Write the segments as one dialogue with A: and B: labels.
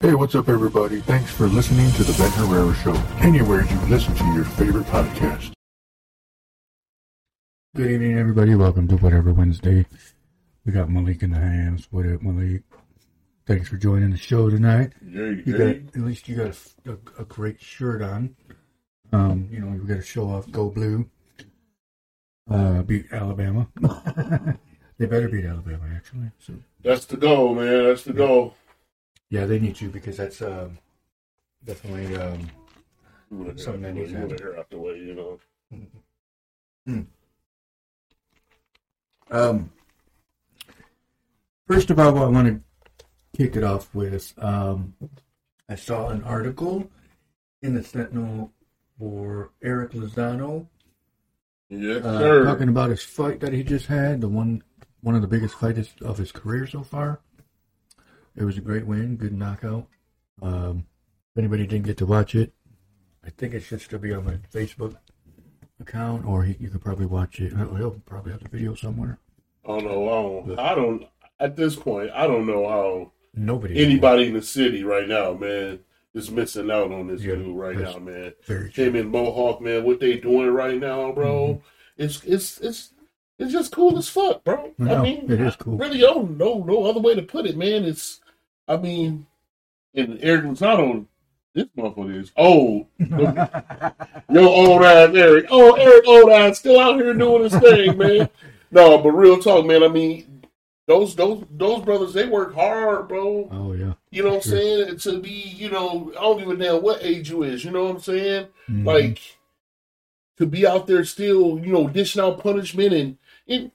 A: Hey, what's up, everybody? Thanks for listening to The Ben Herrera Show, anywhere you listen to your favorite podcast.
B: Good evening, everybody. Welcome to Whatever Wednesday. We got Malik in the house. What up, Malik? Thanks for joining the show tonight. You got at least you got a, a- a great shirt on. Um, you know, you got to show off. Go blue. Uh, beat Alabama. they better beat Alabama, actually. So
C: That's the goal, man. That's the goal.
B: yeah, they need to because that's um, definitely um,
C: You wanna get
B: Something that
C: out the way,
B: needs to
C: you wanna
B: happen. Uh,
C: get out the way, you know.
B: Um, first of all, what I want to kick it off with, um, I saw an article in the Sentinel for Eric Lozano
C: Yes,
B: uh,
C: sir.
B: talking about his fight that he just had, the one one of the biggest fights of his career so far. It was a great win, good knockout. Um, if anybody didn't get to watch it, I think it should still be on my Facebook account, or he, you could probably watch it. He'll probably have the video somewhere.
C: on the loan. Oh, I don't. At this point, I don't know how
B: Nobody
C: anybody in the city right now, man, is missing out on this
B: Yeah,
C: dude right
B: that's-
C: now, man.
B: Very true.
C: Him and Mohawk, man, what they doing right now, bro?
B: Mm-hmm.
C: It's it's it's it's just cool as fuck, bro.
B: No,
C: I mean,
B: it is
C: I
B: cool.
C: really don't know no other way to put it, man. It's, I mean, and Eric Lozano, this motherfucker is old. Yo, old ass Eric. Oh, Eric, old ass, still out here doing his thing, man. No, but real talk, man. I mean, those those those brothers, they work hard, bro.
B: oh yeah.
C: You know what I'm
B: Sure.
C: saying? To be, you know, I don't give a damn what age you is. You know what I'm saying?
B: Mhm.
C: Like to be out there still, you know, dishing out punishment and and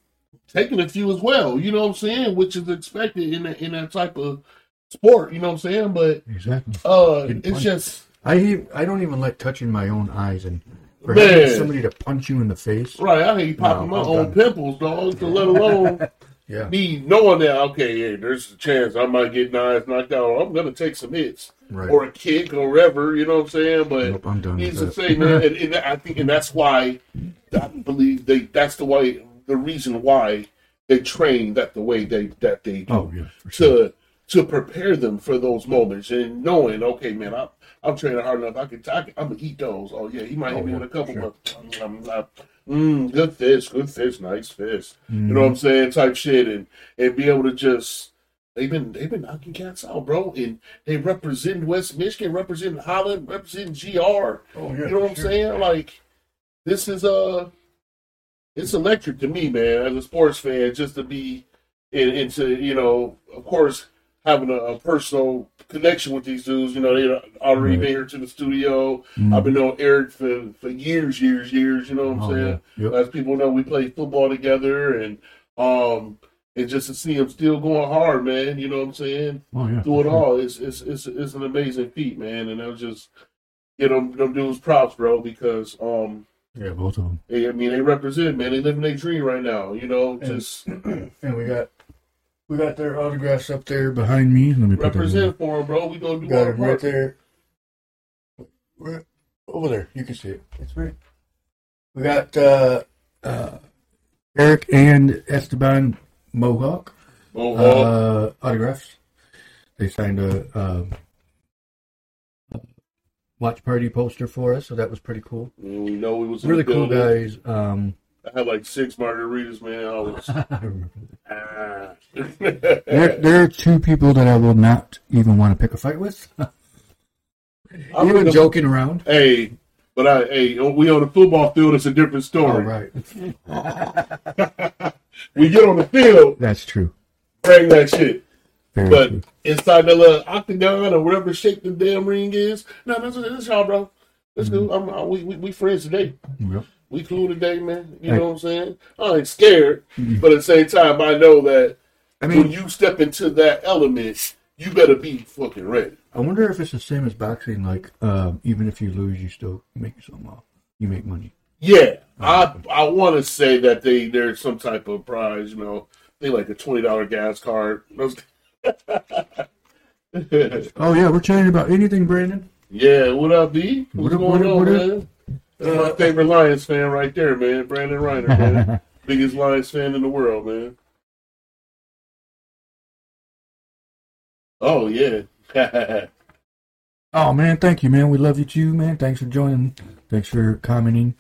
C: taking a few as well. You know what I'm saying? Which is expected in that, in that type of sport. You know what I'm saying? But
B: exactly.
C: uh,
B: Good
C: it's
B: point.
C: just
B: I he- I don't even like touching my own eyes and for
C: Man.
B: having somebody to punch you in the face.
C: right. I hate popping
B: No,
C: my
B: I'm
C: own
B: done.
C: pimples, dog. To let alone.
B: Yeah.
C: me knowing that okay, hey, there's a chance I might get knives knocked out. I'm gonna take some hits
B: Right.
C: or a kick or whatever. You know what I'm saying? But
B: Nope, I'm done
C: needless
B: with
C: to
B: that.
C: say, man, and, and I think and that's why I believe they. That's the way. The reason why they train that the way they that they do
B: Oh yeah. For sure.
C: to to prepare them for those moments and knowing, okay, man, I'm I'm training hard enough. I can, I can I'm gonna eat those. Oh yeah, he might hit
B: Oh,
C: me
B: yeah,
C: with a couple,
B: sure.
C: but I'm not. Mm, good fish, good fish, nice fish. You know what I'm
B: Mm-hmm.
C: saying? Type shit, and and be able to just they've been they've been knocking cats out, bro. And they represent West Michigan, represent Holland, represent GR.
B: Oh, yeah,
C: you know what I'm
B: sure.
C: saying? Like this is uh it's electric to me, man. As a sports fan, just to be and, and to you know, of course, having a, a personal connection with these dudes. You know, they already
B: Right.
C: been here to the studio.
B: Mhm.
C: I've been knowing Eric for, for years, years, years. You know what I'm
B: Oh,
C: saying?
B: yeah. Yep.
C: As people know, we played football together, and um, and just to see him still going hard, man. You know what I'm saying?
B: Oh yeah.
C: Through
B: for
C: it
B: sure.
C: all, it's it's it's, it's an amazing feat, man. And I'll just get them them dudes props, bro, because um,
B: Yeah, both of them.
C: they, I mean they represent, man. They living their dream right now. You know, just
B: And we got we got their autographs up there behind me. Let me put them. in.
C: represent for them, bro. We gonna do
B: Got
C: our
B: them right
C: part.
B: there. Right over there. You can see it. It's right. We got uh, uh, Eric and Esteban Mohawk.
C: Oh, oh,
B: uh, autographs. They signed a, um watch party poster for us, so that was pretty cool.
C: we know we was in
B: Really
C: the
B: cool
C: building.
B: guys. Um,
C: I had like six margaritas, man. I was
B: I remember.
C: ah.
B: there, there are two people that I will not even want to pick a fight with.
C: I'm
B: even
C: gonna-
B: joking around.
C: Hey, but I hey, we on the football field. It's a different
B: All
C: story.
B: right,
C: We get on the field,
B: that's true.
C: bring that shit.
B: Very
C: But
B: true.
C: inside the little octagon or whatever shape the damn ring is, no, that's that's y'all, bro. That's good.
B: Mm-hmm.
C: I'm, I, we, we we friends today.
B: Yep.
C: We cool today, man. You
B: Hey.
C: know what I'm saying? I ain't scared, but at the same time, I know that
B: Mm-hmm. I mean,
C: when you step into that element, you better be fucking ready.
B: I wonder if it's the same as boxing. Like, um, even if you lose, you still make some off. You make money.
C: Yeah,
B: Uh-huh.
C: I I want to say that they there's some type of prize, you know, they like a twenty dollar gas card. Those-
B: Oh yeah, we're chatting about anything, Brandon.
C: yeah, what up, B?
B: What
C: What's
B: up,
C: going
B: what up,
C: on,
B: what up?
C: man? That's my favorite Lions fan right there, man. Brandon Reiner, man, biggest Lions fan in the world, man. Oh yeah,
B: Oh man, thank you, man. We love you too, man. Thanks for joining. Thanks for commenting.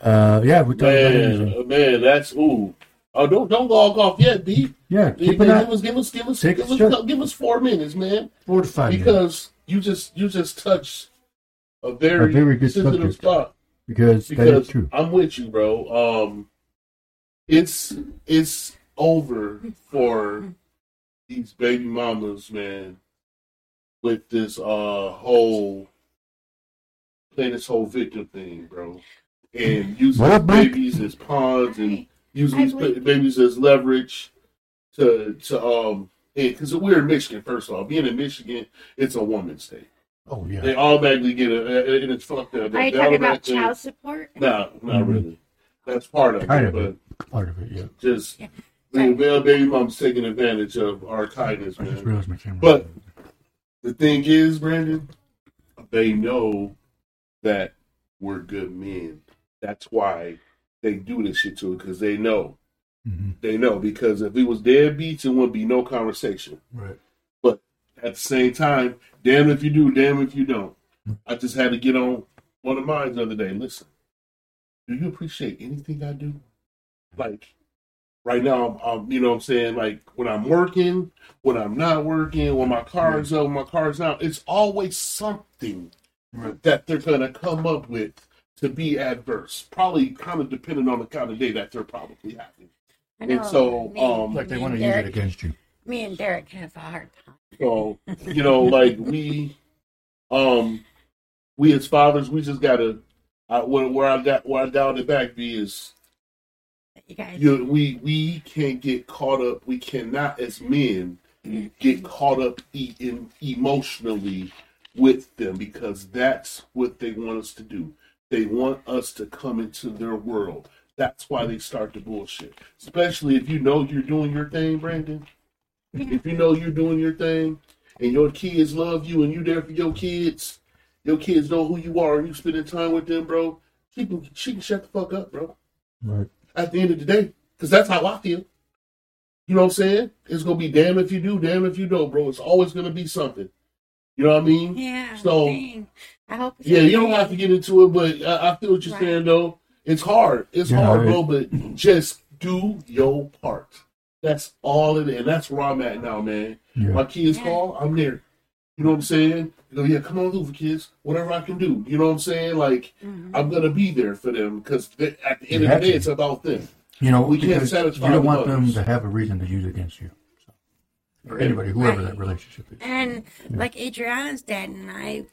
B: Uh, yeah, we're talking about anything.
C: Man, uh, man, that's ooh. Oh, don't don't log off yet, B.
B: Yeah,
C: Give
B: keep it up.
C: us, give us, give us,
B: Take
C: give
B: a Oh,
C: us,
B: shot.
C: give us four minutes, man,
B: Four to five minutes.
C: because you just you just touched a very,
B: A very good
C: sensitive
B: subject.
C: spot.
B: Because that is
C: because
B: true.
C: I'm with you, bro. Um, it's it's over for these baby mamas, man. With this uh whole playing this whole victim thing, bro, and using
B: What up, Mike?
C: babies as pawns and using
D: Hi,
C: these ba-
D: Blake.
C: babies as leverage to to um. Because we're in Michigan, first of all, being in Michigan, it's a woman's state.
B: Oh yeah.
C: They automatically get a, and it's fucked up.
D: Are
C: They
D: you talking about
C: automatically-
D: child support?
C: no, not
B: Mhm.
C: really. That's part of
B: Kind of
C: it, but
B: it. Part of it, yeah.
C: just
D: Yeah.
C: the male baby mom's taking advantage of our kindness,
B: I just
C: man.
B: realized my camera.
C: But- The thing is, Brandon, they know that we're good men. That's why they do this shit to it because they know.
B: hmm
C: They know because if it was deadbeats, it wouldn't be no conversation.
B: right.
C: At the same time, damn if you do, damn if you don't. I just had to get on one of mine the other day. Listen, do you appreciate anything I do? Like right now, I'm, I'm you know what I'm saying. Like when I'm working, when I'm not working, when my car is up, when my car's out. It's always something
B: Right.
C: that they're gonna come up with to be adverse. Probably kind of depending on the kind of day that they're probably having.
D: I
C: And so,
D: me,
C: um,
B: Like they
D: me
B: want to
D: and
B: use it
D: Derek,
B: against you.
D: Me and Derek have a hard time.
C: So you know, like we, um, we as fathers, we just gotta. I, where, where I got where I dialed it back, be is
D: You guys,
C: you we we can't get caught up. We cannot, as men, get caught up e- in, emotionally with them because that's what they want us to do. They want us to come into their world. That's why they start the bullshit. Especially if you know you're doing your thing, Brandon. If you know you're doing your thing and your kids love you and you there for your kids, your kids know who you are and you spending time with them, bro. She can she can shut the fuck up, bro
B: Right.
C: at the end of the day, because that's how I feel. You know what I'm saying? It's gonna be damn if you do, damn if you don't, bro. It's always gonna be something. You know what I mean?
D: yeah.
C: So-
D: dang. I hope. it's
C: Yeah, you
D: okay.
C: don't have to get into it, but I, I feel what you're
D: Right.
C: saying though. It's hard. It's
B: Yeah,
C: hard,
B: it-
C: bro. But just do your part. That's all it is. And that's where I'm at now, man.
B: Yeah.
C: My kids
D: Yeah.
C: call, I'm there. You know what I'm saying? You know, yeah, come on over, kids. Whatever I can do. You know what I'm saying? Like,
D: Mhm.
C: I'm gonna be there for them because at the
B: You
C: end of the
B: have
C: day,
B: to.
C: it's about them.
B: You know,
C: we can't
B: because
C: satisfy
B: you don't
C: the
B: want them
C: mothers.
B: to have a reason to use it against you. So, or anybody, whoever
D: Right.
B: that relationship is.
D: And like Adriana's dad and I,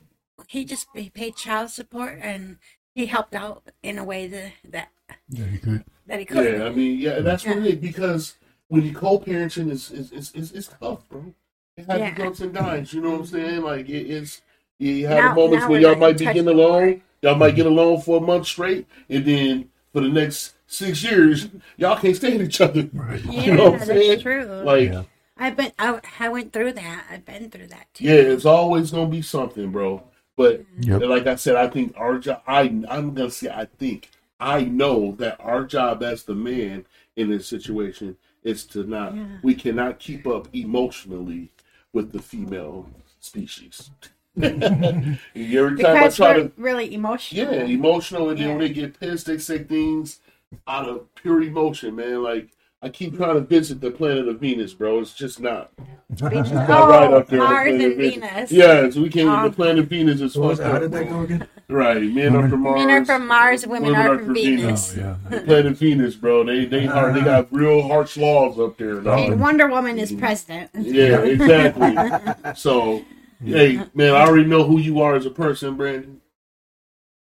D: he just he paid child support and he helped out in a way that that,
B: Yeah, you could.
D: that he could.
C: Yeah, I mean, yeah, and that's what it is because when you co-parenting is is is, is, is tough, bro. It has
D: Yeah.
C: its ups and downs. You know what I'm saying? Like it is. You you have
D: Now-
C: moments
D: now
C: where
D: we're
C: y'all
D: like
C: might be
D: touch
C: getting
D: the
C: along.
D: line.
C: Y'all might get along for a month straight, and then for the next six years, y'all can't stand each other.
B: Right.
D: Yeah,
C: You know what I'm
D: that's
C: saying?
D: true.
C: Like,
B: Yeah.
C: yeah,
D: I've been I, I went through that. I've been through that too.
C: it's always gonna be something, bro. But
B: Yep.
C: and like I said, I think our job. I I'm gonna say I think I know that our job as the man in this situation is to not.
D: Yeah.
C: We cannot keep up emotionally with the female species. Every time I
D: Because
C: try
D: we're
C: to,
D: really emotional.
C: yeah, emotional, and
D: Yeah.
C: then when they get pissed, they say things out of pure emotion, man. Like I keep trying to visit the planet of Venus, bro. It's just not. It's not
D: Oh,
C: right up there. on the
D: Mars
C: planet
D: and
C: of
D: Venus.
C: Yes, we can't.
D: Um,
C: the planet Venus is
B: What was
C: fucked
B: that? How
C: up.
B: did that
C: bro.
B: go again?
C: Right, men are
B: Women-
C: from Mars.
D: Men are from Mars, women, are, from Venus.
B: Oh, yeah.
C: Planet Venus, bro. They they are they got real harsh laws up there. dog.
D: And Wonder Woman
C: Mm-hmm.
D: is president.
C: Yeah, exactly. so, hey man, I already know who you are as a person, Brandon.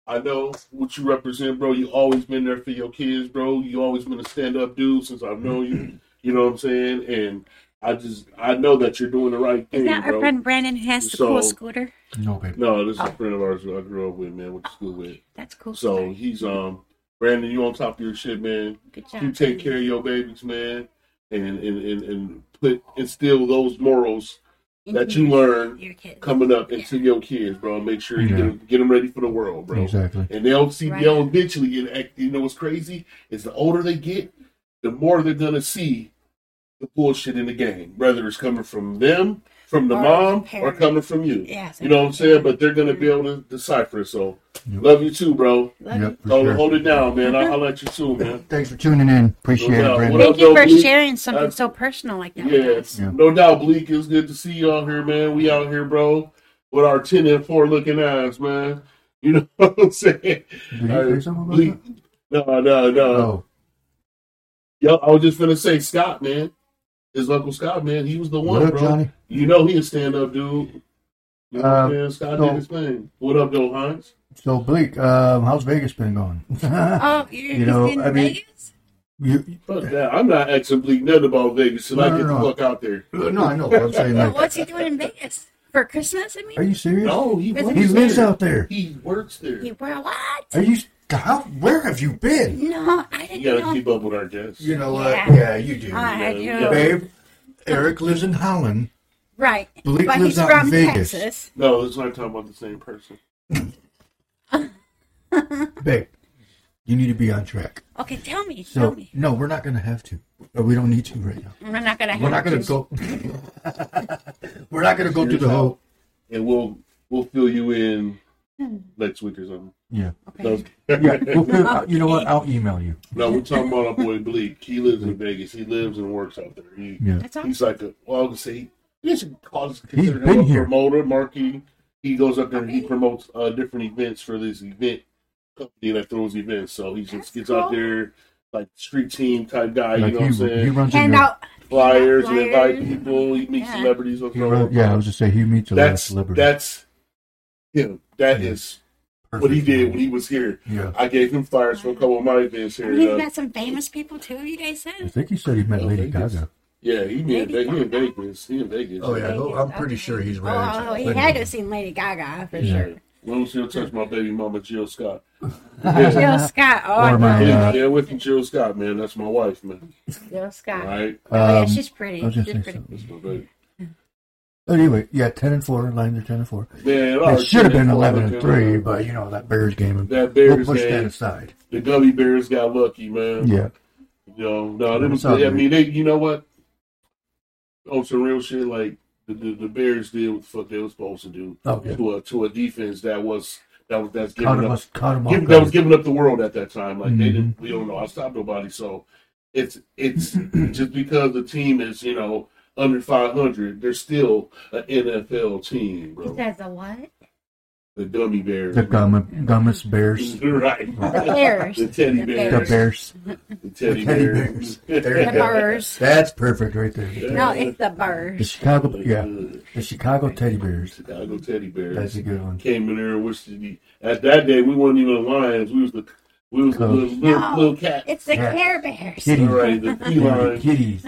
C: I know what you represent, bro. You always been there for your kids, bro. You always been a stand up dude since I've known you. You know what I'm saying? And I just I know that you're doing the right
D: Is
C: thing,
D: that our
C: bro.
D: friend Brandon who has the cool
C: So-
D: scooter?
B: No, babe.
C: No, this is a friend of ours who I grew up with, man. Went to school with.
D: That's cool.
C: So
D: scooter.
C: he's um Brandon. You on top of your shit, man.
D: good job.
C: you take care of your babies, man, and and, and, and put instill those morals that you learn
D: Your kids.
C: coming up into your kids, bro. Make sure you
B: Yeah.
C: get 'em get, them ready for the world, bro.
B: Exactly.
C: And they'll see
D: Right.
C: they'll eventually get act- you know what's crazy is the older they get, the more they're gonna see the bullshit in the game, whether it's coming from them from the
D: Or
C: mom or
D: parent.
C: coming from you.
D: Yes.
C: You know what I'm saying? But they're gonna be able to decipher it. So love you too, bro.
D: Love
B: Yep, for
C: So
B: sure.
C: hold it down, man. I- I'll let you soon, man.
B: Thanks for tuning in. Appreciate
C: No
B: it,
C: uh, doubt.
D: you.
B: Brandon.
C: What
D: Thank you
C: up,
D: for
C: Billy?
D: sharing something
C: That's-
D: so personal like that. with us.
C: Yes,
B: Yeah.
C: no doubt, Bleak. It's good to see y'all here, man. We out here, bro, with our ten and four looking eyes, man. You know what I'm saying?
B: Did you
C: Uh,
B: say something about
C: Bleak. uh, No, no, no.
B: Oh,
C: Yo, I was just gonna say Scott, man. His uncle Scott, man. He was the one,
B: what up,
C: bro.
B: Johnny?
C: You know he a stand up dude. You know what I'm
B: Uh,
C: saying? Scott
B: so-
C: did his thing. What up, though, Hines?
B: So, Bleak, um, how's Vegas been going?
D: Oh, you're
B: You know,
D: in
B: I mean-
D: Vegas?
B: You-
C: Fuck that. I'm not asking Bleak nothing about Vegas till I
B: No,
C: get
B: no,
C: the
B: no.
C: fuck out there.
B: uh, no, I know. but I'm saying, like,
D: What's he doing in Vegas? For Christmas, I mean?
B: are you serious?
C: No, he
D: He
C: works
B: he lives
C: there.
B: out there.
C: He works there.
D: He- well, what?
B: Are you? How? Where have you been?
D: No, I didn't
C: You gotta
D: know.
C: keep up with our guests.
B: You know what?
D: Yeah.
B: Yeah, you do.
D: I do.
C: Yeah.
B: Babe, Eric lives in Holland.
D: Right.
B: Bleak
D: but
B: lives
D: he's
B: out in
D: from
B: Vegas.
D: Texas.
C: No, it's not talking about the same person.
B: Babe, you need to be on track.
D: Okay, tell me. tell
B: So,
D: me.
B: no, we're not going to have to. Or we don't need to right now.
D: We're not going to have
B: We're not going to
D: to.
B: go. we're not going to go through the whole.
C: And we'll we'll fill you in
D: Hmm.
C: next week or something.
B: Yeah.
C: No,
B: Yeah. We'll figure, you know what? I'll email you.
C: no, we're talking about our boy Bleak. He lives in Vegas. He lives and works out there. He,
B: Yeah.
D: That's all.
C: He's like a well, I would say he should call us
B: He's
C: consider
B: been
C: him a
B: here.
C: promoter, marketing. He goes up there and he promotes uh, different events for this event company that throws events. So he just
D: That's
C: gets out
D: cool.
C: there like street team type guy,
B: Like,
C: you know what I'm
B: he, he
C: saying?
B: runs
D: Hand
B: into.
D: out.
C: Flyers, and
D: Flyers.
C: invite people, he meets
D: Yeah.
C: celebrities on
B: He run, yeah, I was just saying he meets a lot of
C: that's
B: celebrities.
C: that's him. That is
B: Yeah.
C: what he did when he was here.
B: Yeah.
C: I gave him flyers for a couple of my events here.
D: He's
C: uh,
D: met some famous people too, you guys said?
B: I think he said he met
C: Oh,
B: Lady
C: Vegas.
B: Gaga.
C: yeah, he in,
D: Maybe.
C: Ve- he in Vegas. He in Vegas.
B: Oh, yeah.
D: Vegas,
B: I'm pretty
D: okay.
B: sure he's
D: Oh,
B: right.
D: oh, he
B: But-
D: had to have seen Lady Gaga for sure.
C: When was he'll touch my baby mama Jill Scott?
D: Jill Scott. Oh, I
B: Or my,
D: love
C: Yeah,
B: uh,
C: yeah, with you, Jill Scott, man. That's my wife, man.
D: Jill Scott.
C: All right,
D: oh, yeah,
B: um,
D: she's
B: I
D: pretty.
B: was
D: She's
B: just saying
D: pretty.
B: something.
C: that's my baby.
B: Anyway, yeah, 10 and 4. Lines are 10 and 4.
C: Man,
B: It
C: our
B: should have been
C: team-
B: 11 and 3, but, you know, that Bears game.
C: That
B: we'll
C: Bears
B: push that
C: game,
B: aside.
C: the Gummy Bears got lucky, man.
B: Yeah.
C: You know, no, them,
B: It's all
C: I
B: good.
C: mean, they, you know what? On some real shit, like the, the, the Bears did what the fuck they was supposed to do
B: Oh, yeah.
C: to a to a defense that was that was that's
B: Caught
C: giving
B: him,
C: up
B: us, caught him
C: give,
B: off
C: that was
B: guard.
C: giving up the world at that time. Like they
B: Mhm.
C: didn't, we don't know. I stopped nobody, so it's it's just because the team is you know under five hundred, they're still an NFL team,
D: He
C: bro.
D: says the what?
C: The gummy bears,
B: The gum, gummest Bears.
C: right?
D: Bears.
C: The teddy
D: The
B: The
C: bears,
B: Bears.
C: the
B: The teddy
C: teddy bears.
B: bears. There
D: The
B: you go.
D: Burrs.
B: That's perfect right there. The
D: No, it's the Burrs.
B: Chicago, yeah. The Chicago Teddy Bears.
C: Chicago teddy bears.
B: That's a good one.
C: came in there and wished to be. At that day, we weren't even lions. We was the we was the little, little,
D: No.
C: little cat.
D: It's the
B: Yeah.
D: Care Bears.
B: Kitty.
C: Right, the felines,
B: Kitties.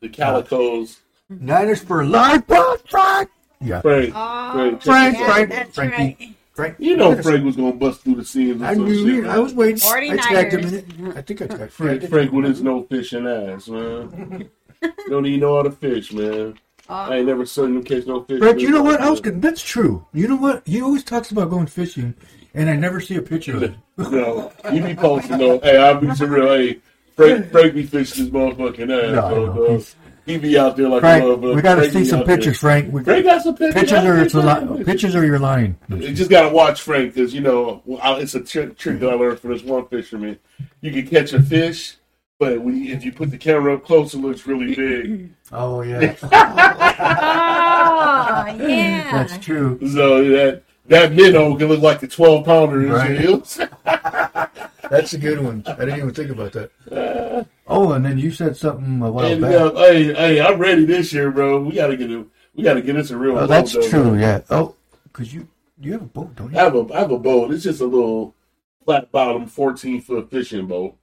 C: the calicos.
B: Niners for life, Bob Frank. Yeah.
C: Frank,
D: Oh,
B: Ah. Frank,
C: Frank, check
D: yeah,
C: this out.
B: Frank,
D: that's
B: Frankie.
D: right.
B: Frank.
C: You know Frank was gonna bust through the seams. or
B: I
C: some
B: knew
C: shit,
B: it. I was waiting. I tagged him in
D: 49ers.
B: it. I think I tagged Frank.
C: Frank, Frank with his no fishing ass, man. Don't even know how to fish, man. I
B: Ah.
D: Oh,
C: ain't never seen him catch no fish.
B: Frank, you know what? I was good. That's true. You know what? He always talks about going fishing, and I never see a picture of it.
C: No, you be posting though. Hey, I'll be some real. Hey, Frank, Frank be fishing his motherfucking ass.
B: No, I
C: though,
B: know.
C: dog.
B: He's-
C: He be out there like a
B: Frank,
C: motherfucker.
B: we got to
C: Frank
B: see
C: be
B: some
C: out there.
B: pictures, Frank. We,
C: Frank got some pictures.
B: pictures
C: I
B: are
C: think
B: it's a
C: Frank got
B: li- pictures are you're lying.
C: You just gotta watch Frank because you know I- it's a trick, trick that I learned from this one fisherman. You can catch a fish, but when you, if you put the camera up close, it looks really big.
B: Oh yeah,
D: Oh, yeah.
B: that's true.
C: So that that minnow can look like the twelve pounder. in
B: Right. Oh,
C: hills.
B: That's a good one. I didn't even think about that. Oh, and then you said something a while
C: And,
B: back.
C: uh, hey, hey, I'm ready this year, bro. We gotta get a we gotta get us a real.
B: oh,
C: boat,
B: that's
C: though.
B: true. Yeah. Oh, cause you you have a boat, don't
C: I
B: you?
C: have a I have a boat. It's just a little flat bottom, fourteen foot fishing boat.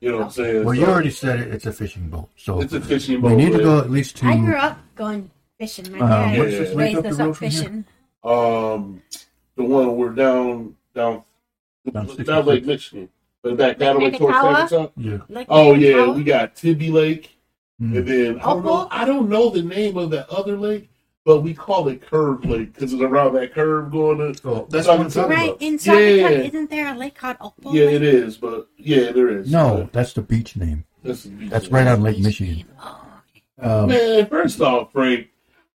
C: You know what I'm saying?
B: Mm. Well,
C: So
B: you already said it. It's a fishing boat. So
C: it's a fishing boat.
B: we need to
C: but-
B: go at least
D: I grew
B: to.
D: up going fishing. My
B: Um,
D: dad
C: what's this
B: lake
D: raised
B: up the
D: us
B: road
D: up
B: from here?
D: fishing.
C: um the one we're down down
B: Down
C: down Lake Michigan. But back down
D: Lake
C: way towards
D: Nakatawa?
C: San Antonio.
B: Yeah.
D: Like,
C: Oh yeah,
D: how-
C: we got Tibby Lake
B: Mm.
C: and then I don't, know, I don't know the name of that other lake, but we call it Curve Lake because it's around that curve going to
B: So that's what I'm talking
D: Right
B: about.
D: in South Dakota,
C: Yeah.
D: isn't there a lake called Opal?
C: Yeah,
D: Lake?
C: it is, but yeah, there is.
B: No, that's the beach name.
C: But that's,
B: That's right on Lake Michigan.
D: Oh,
B: Um,
C: Man, first off, Frank,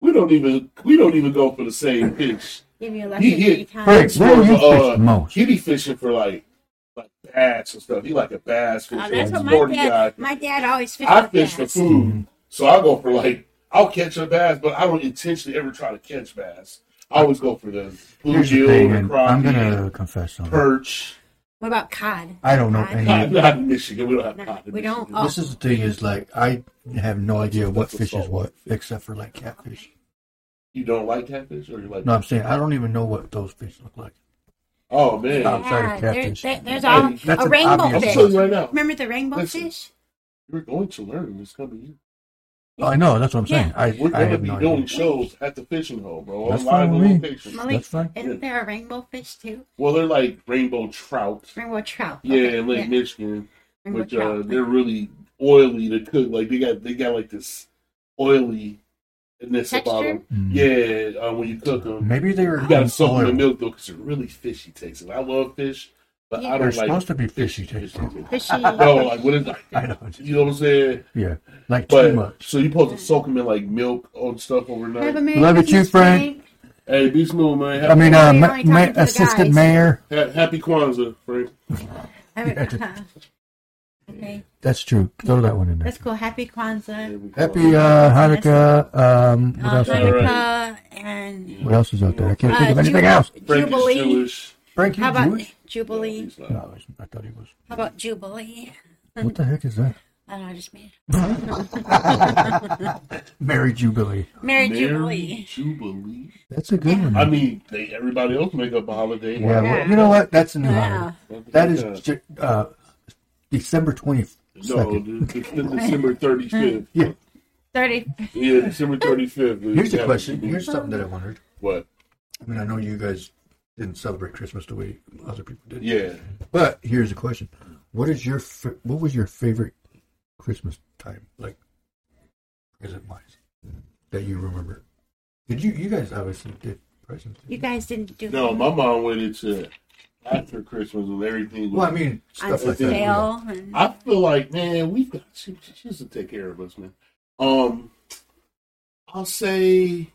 C: We don't even we don't even go for the same pitch.
D: Give you a
C: He
D: lesson
C: hit
D: three
B: Frank,
D: times.
B: where do you
C: Well, uh,
B: fish the most?
C: He be fishing for like like bass and stuff. He like a bass fisher,
D: Oh, that's
C: like
D: what my
C: sporty
D: dad.
C: guy.
D: My dad always fished.
C: I
D: with
C: fish for
D: bass.
C: food,
B: Mm-hmm.
C: so I go for like I'll catch a bass, but I don't intentionally ever try to catch bass. I always go for the
B: Here's the
C: bluegill,
B: thing,
C: the
B: and I'm
C: crappie,
B: gonna confess something.
C: perch.
D: What about cod?
B: I don't know
D: Cod?
B: any-
C: Not, not in Michigan. We don't have
D: No,
C: cod in
D: we
C: Michigan.
D: don't. Oh.
B: This is the thing is like I have no idea what fish is what except for like catfish.
C: You don't like catfish, or you like?
B: No, I'm saying I don't even know what those fish look like.
C: Oh man,
B: No. Outside of
D: Yeah, there-
B: catfish.
D: there- there's
C: Hey,
D: all
B: that's
D: a
B: an
D: rainbow
B: obvious
C: I'm
D: fish.
C: telling you right now,
D: Remember the rainbow
C: Listen.
D: fish?
C: you're going to learn this coming year.
B: Oh, I know that's what I'm saying. I, I
C: We're going to
B: have
C: be
B: no
C: doing
B: idea.
C: shows at the fishing hole, bro.
B: That's
C: on live
B: fine with me.
C: location.
D: Malik,
B: That's fine.
D: Isn't there a rainbow fish too?
C: Well, they're like rainbow trout.
D: Rainbow trout.
C: Yeah,
D: Okay,
C: in Lake Michigan,
D: rainbow
C: which uh,
D: trout.
C: they're really oily to cook. Like they got they got like this oily ness about them. Yeah, uh, when you cook them,
B: Maybe they were
C: you got to soak them
B: Mm-hmm. oil.
C: in milk though, because they're really fishy tasting. I love fish, but
D: Yeah.
C: I
B: They're
C: don't like
B: supposed to be fishy tasting.
D: Fishy.
C: no, like what is like?
B: I know.
C: You know what I'm saying?
B: Yeah, like
C: But
B: too much.
C: so you supposed to soak them in like milk and stuff
D: Have a
C: overnight.
D: Merry
B: Love it, you,
D: Christmas,
B: Frank.
C: Hey, be smooth, man. Happy,
B: I mean,
D: We're
B: uh,
D: only
B: ma-
D: talking
B: ma-
D: to the
B: assistant
D: guys.
B: mayor.
C: ha- happy Kwanzaa, Frank.
D: Have a- okay,
B: That's true. Throw that one in there.
D: that's cool. Happy Kwanzaa,
B: Happy uh, Hanukkah. Um, what
D: uh,
B: else? Is out there?
D: Hanukkah, and
B: What else is out there? I can't think
D: uh,
B: of anything
D: Ju-
B: else.
C: Frank is
D: Jubilee.
C: Jewish.
B: Frank, you
D: How about
B: Jewish?
C: No,
D: Jubilee?
C: he's not.
B: No, I thought he was.
D: How about Jubilee?
B: What the heck is that?
D: I don't know, I just made
B: Mary Jubilee.
D: Merry
C: Merry
D: Jubilee.
C: Jubilee.
B: That's a good one.
C: I mean, they, everybody else make up a holiday.
B: yeah, well,
D: Yeah.
B: you know what? That's a new
D: Yeah.
B: holiday. That is ju- uh, December twenty
C: no,
B: second.
C: the, the, December thirty fifth.
B: Yeah.
D: Thirty.
C: Yeah, December thirty fifth.
B: Here's a question. Here's something that I wondered.
C: What?
B: I mean, I know you guys didn't celebrate Christmas the way other people did.
C: Yeah.
B: But here's a question: What is your fa- what was your favorite Christmas time like? Is it mine that you remember? Did you you guys obviously did presents?
D: You guys didn't do
C: No, my mom went into after Christmas when everything was
B: Well, I mean
D: on
B: stuff like that. yeah.
D: sale. And,
C: I feel like, man, we've got she, she- she used to take care of us, man. Um, I'll say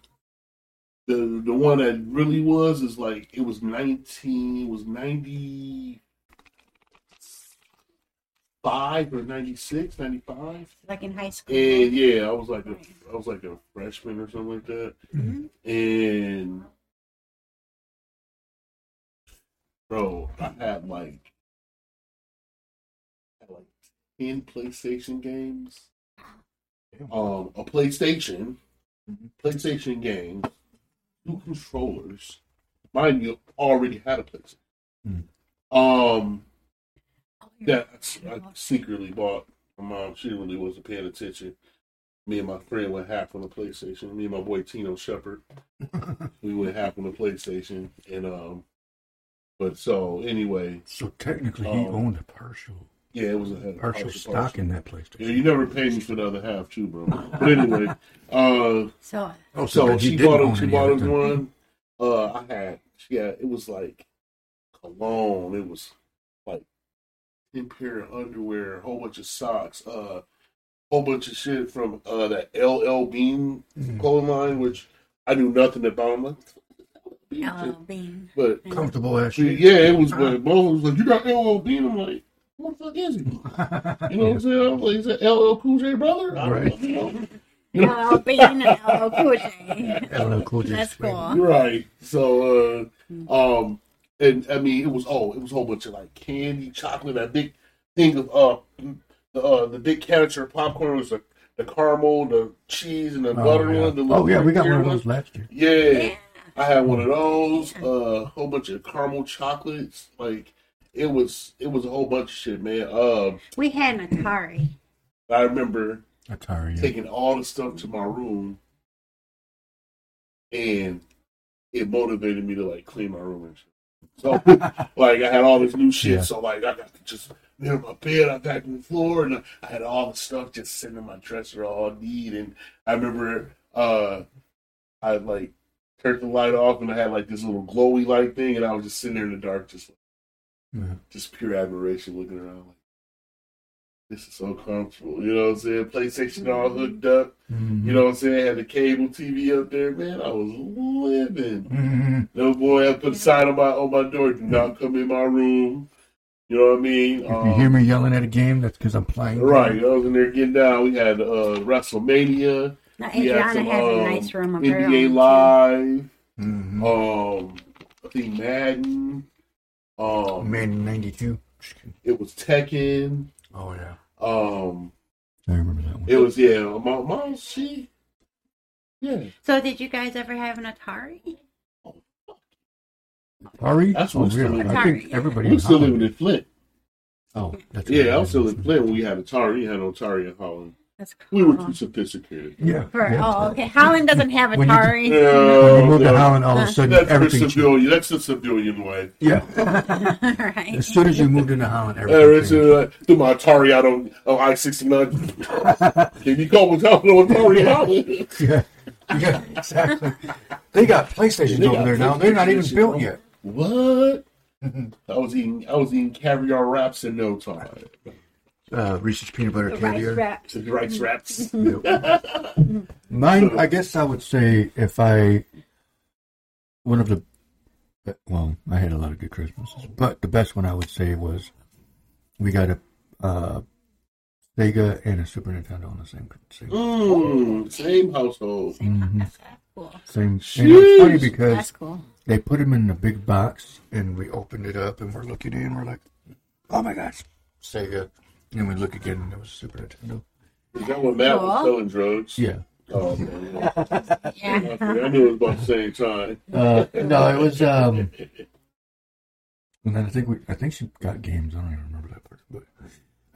C: the the one that really was is like it was nineteen, it was ninety five or 96, 95.
D: like in high school.
C: and yeah, I was like a, I was like a freshman or something like that,
D: Mhm.
C: and bro, I had like I had like ten PlayStation games, um, a PlayStation, PlayStation games, two controllers. Mind you, already had a PlayStation.
B: Mhm.
C: Um,
D: Oh,
C: that I secretly bought. My mom, she really wasn't paying attention. Me and my friend went half on the PlayStation. Me and my boy Tino Shepard, we went half on the PlayStation. And um, but so anyway,
B: So technically, he
C: Um,
B: owned a partial
C: yeah, it was a partial,
B: partial stock in that PlayStation.
C: Yeah, you never paid me for the other half too, bro. But anyway, uh,
D: So
B: oh,
C: so
B: then he
C: she
B: didn't
C: bought
B: own
C: him. She
B: any
C: bought
B: of it
C: him
B: then.
C: one. Uh, I had yeah, it was like cologne. It was like ten pair of underwear, a whole bunch of socks, uh, whole bunch of shit from uh that LL Bean
B: Mm.
C: clothing line, which I knew nothing about. I'm like,
D: LL Bean.
C: but
B: Comfortable ass shit.
C: yeah, it was. But Mo was like, "You got LL Bean." I'm like, "What the fuck is he?" You know what I'm saying? I'm like, "Is that LL Cool J brother?" I don't
B: Right.
C: fucking know.
D: LL Bean and LL Cool J.
B: LL Cool J.
D: That's cool.
C: Right. So, uh, um, and I mean, it was oh, it was a whole bunch of like candy, chocolate, that big thing of uh, the uh, the big canister popcorn was the the caramel, the cheese, and the butter
B: Oh, yeah.
C: one. The little
B: oh yeah, we got one
C: clear
B: of those last year.
C: Yeah,
D: Yeah.
C: I had one of those. Uh, a whole bunch of caramel chocolates. Like it was, it was a whole bunch of shit, man. Uh,
D: We had an Atari.
C: I remember
B: Atari. Yeah.
C: taking all the stuff to my room, and it motivated me to like clean my room and shit. So, like, I had all this new shit.
B: Yeah.
C: So, like, I got to just near my bed, I vacuumed the floor, and I, I had all the stuff just sitting in my dresser, all neat. And I remember, uh, I like turned the light off, and I had like this little glowy light thing, and I was just sitting there in the dark, just
B: Yeah.
C: just pure admiration, looking around like, This is so comfortable. You know what I'm saying? PlayStation all hooked up.
B: Mm-hmm.
C: You know what I'm saying? Had the cable TV up there, man. I was living.
B: Mhm.
C: No boy, I put a sign on my on my door. Do not come in my room. You know what I mean?
B: Mm-hmm. If
C: Um,
B: you hear me yelling at a game, that's because I'm playing.
C: right? I was in there getting down. We had uh, WrestleMania,
D: Now,
C: We had
D: Adriana
C: some,
D: has a
C: um,
D: nice room of her
C: NBA
D: own.
C: Live,
B: Mhm.
C: um, I think Madden. Um,
B: Oh, Man, '92.
C: it was Tekken.
B: Oh yeah,
C: Um,
B: I remember that one.
C: it was yeah. My mom, she, yeah.
D: too. So, did you guys ever have an Atari?
B: Ari?
C: That's
B: oh,
C: what's
B: yeah.
C: still-
B: I think
D: Atari.
B: everybody.
C: We
B: in
C: still
B: Holland-
C: living in Flint.
B: Oh, that's right.
C: Yeah, I was still in Flint when we had Atari. We had Atari in Holland.
D: That's cool.
C: We were too sophisticated.
B: Yeah.
D: For,
B: yeah.
D: Oh, okay. Holland doesn't have
B: When you-
D: Atari.
B: When you
C: No,
B: moved to
C: no.
B: Holland, all of a sudden
C: Oh, That's for
B: everything. changed.
C: civilian. That's the civilian way.
B: Yeah.
D: right.
B: as soon as you moved into Holland,
C: Uh,
B: everything.
C: it's,
B: changed.
C: uh, through my Atari out on, on I sixty nine. Can you call me talking on Atari Holland?
B: Yeah. Yeah, exactly. They got PlayStations
C: They
B: over
C: got
B: there now. They're not even
C: PlayStation.
B: built yet.
C: What? I was eating I was eating caviar wraps in no time.
B: Uh, Reese's peanut butter
D: The rice
B: caviar.
D: wraps.
C: Rice wraps.
B: Mine, I guess I would say if I one of the well, I had a lot of good Christmases, but the best one I would say was we got a uh, Sega and a Super Nintendo on the same same
C: Mm, same household.
B: Mm-hmm.
D: That's cool.
B: same. And it was funny
C: Jeez.
B: because
D: That's cool.
B: they put them in a big box and we opened it up and we're looking in. We're like, oh my gosh, Sega. And then we look again and it was Super Nintendo.
C: Is that what Matt was
D: Cool.
C: selling drugs?
B: Yeah.
C: Oh, man.
D: Yeah.
C: I knew it was about the same time.
B: Uh, no, it was. Um, and then I think we, I think she got games. I don't even remember that part, but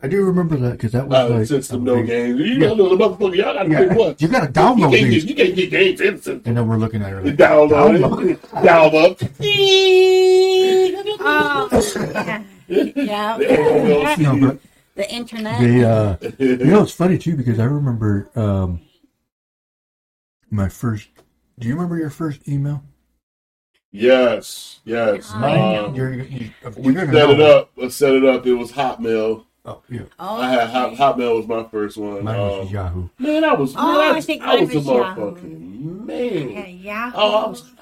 B: I do remember that because that was
C: Uh,
B: like
C: system,
B: a
C: no
B: big-
C: games. You know, the motherfucker, y'all gotta
B: Yeah,
C: pick one.
B: you gotta
C: You
B: download
C: can't,
B: these,
C: get, you can't get games in the system.
B: and then we're looking at her.
C: You
B: Like,
C: Download it. Download.
D: Oh, yeah. yeah.
C: Yeah.
B: no, but
D: The internet.
B: the uh, you know it's funny too because I remember um, my first. Do you remember your first email?
C: Yes, yes.
D: Mine-
C: Um,
B: You're- you- you're
C: we
B: gonna
C: set
B: know.
C: it up. I set it up. It was Hotmail.
B: Oh, yeah.
D: oh,
C: I had Hot, Hotmail was my first one.
B: Mine was
C: Um,
B: Yahoo.
C: man, I was.
D: Oh,
C: man, I,
D: I think
C: I was a
D: mine was Yahoo.
C: motherfucking man.
D: okay, yeah.
C: Oh, I was. Oh.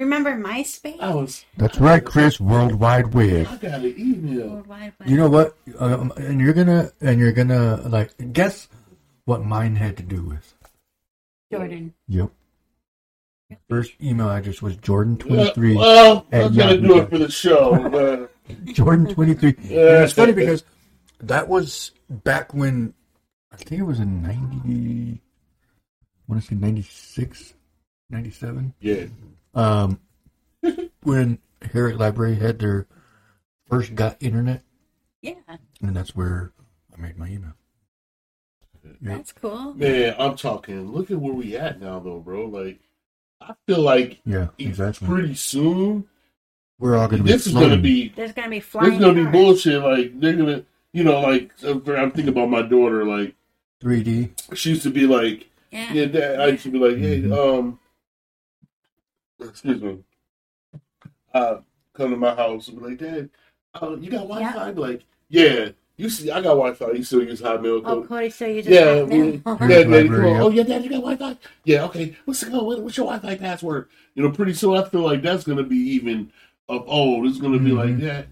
D: Remember MySpace?
C: I was.
B: That's right, Chris. World Wide Web.
C: I got an email.
D: World Wide Web.
B: You know what? Um, and you're gonna and you're gonna like guess what mine had to do with.
D: Jordan.
B: Yep. First email address was Jordan
C: Uh,
B: twenty three.
C: well, I
B: at
C: was gonna
B: Yahoo.
C: do it for the show, but
B: Jordan twenty three. And it's funny because that was back when I think it was in ninety. I want to say 96, 97.
C: yeah,
B: Um, when Herrick Library had their first got internet,
D: Yeah,
B: and that's where I made my email.
D: that's cool.
C: man, I'm talking. Look at where we at now, though, bro. Like, I feel like
B: Yeah, exactly.
C: pretty soon
B: We're all going to be.
C: this is gonna
B: flooded.
C: be
D: There's gonna be
C: This
D: flying.
C: is gonna be
D: cars.
C: bullshit. Like they're gonna, you know, like I'm thinking about my daughter. Like
B: 3D.
C: she used to be like,
D: Yeah.
C: yeah, dad. I used to be like, hey,
B: Mhm.
C: um, excuse me, uh, come to my house and be like, dad, uh, you got Wi-Fi?
D: Yeah.
C: I'd be like, yeah, you see, I got Wi-Fi. You still use Hotmail?
D: Oh,
C: Code.
D: Cody, so you just
C: yeah,
D: got
C: we-
D: them.
C: yeah, daddy,
B: Library,
C: oh yeah, dad, you got Wi-Fi? Yeah, okay. What's the code? What's your Wi-Fi password? You know, pretty soon I feel like that's gonna be even of old. It's gonna be like
B: Mhm.
C: that.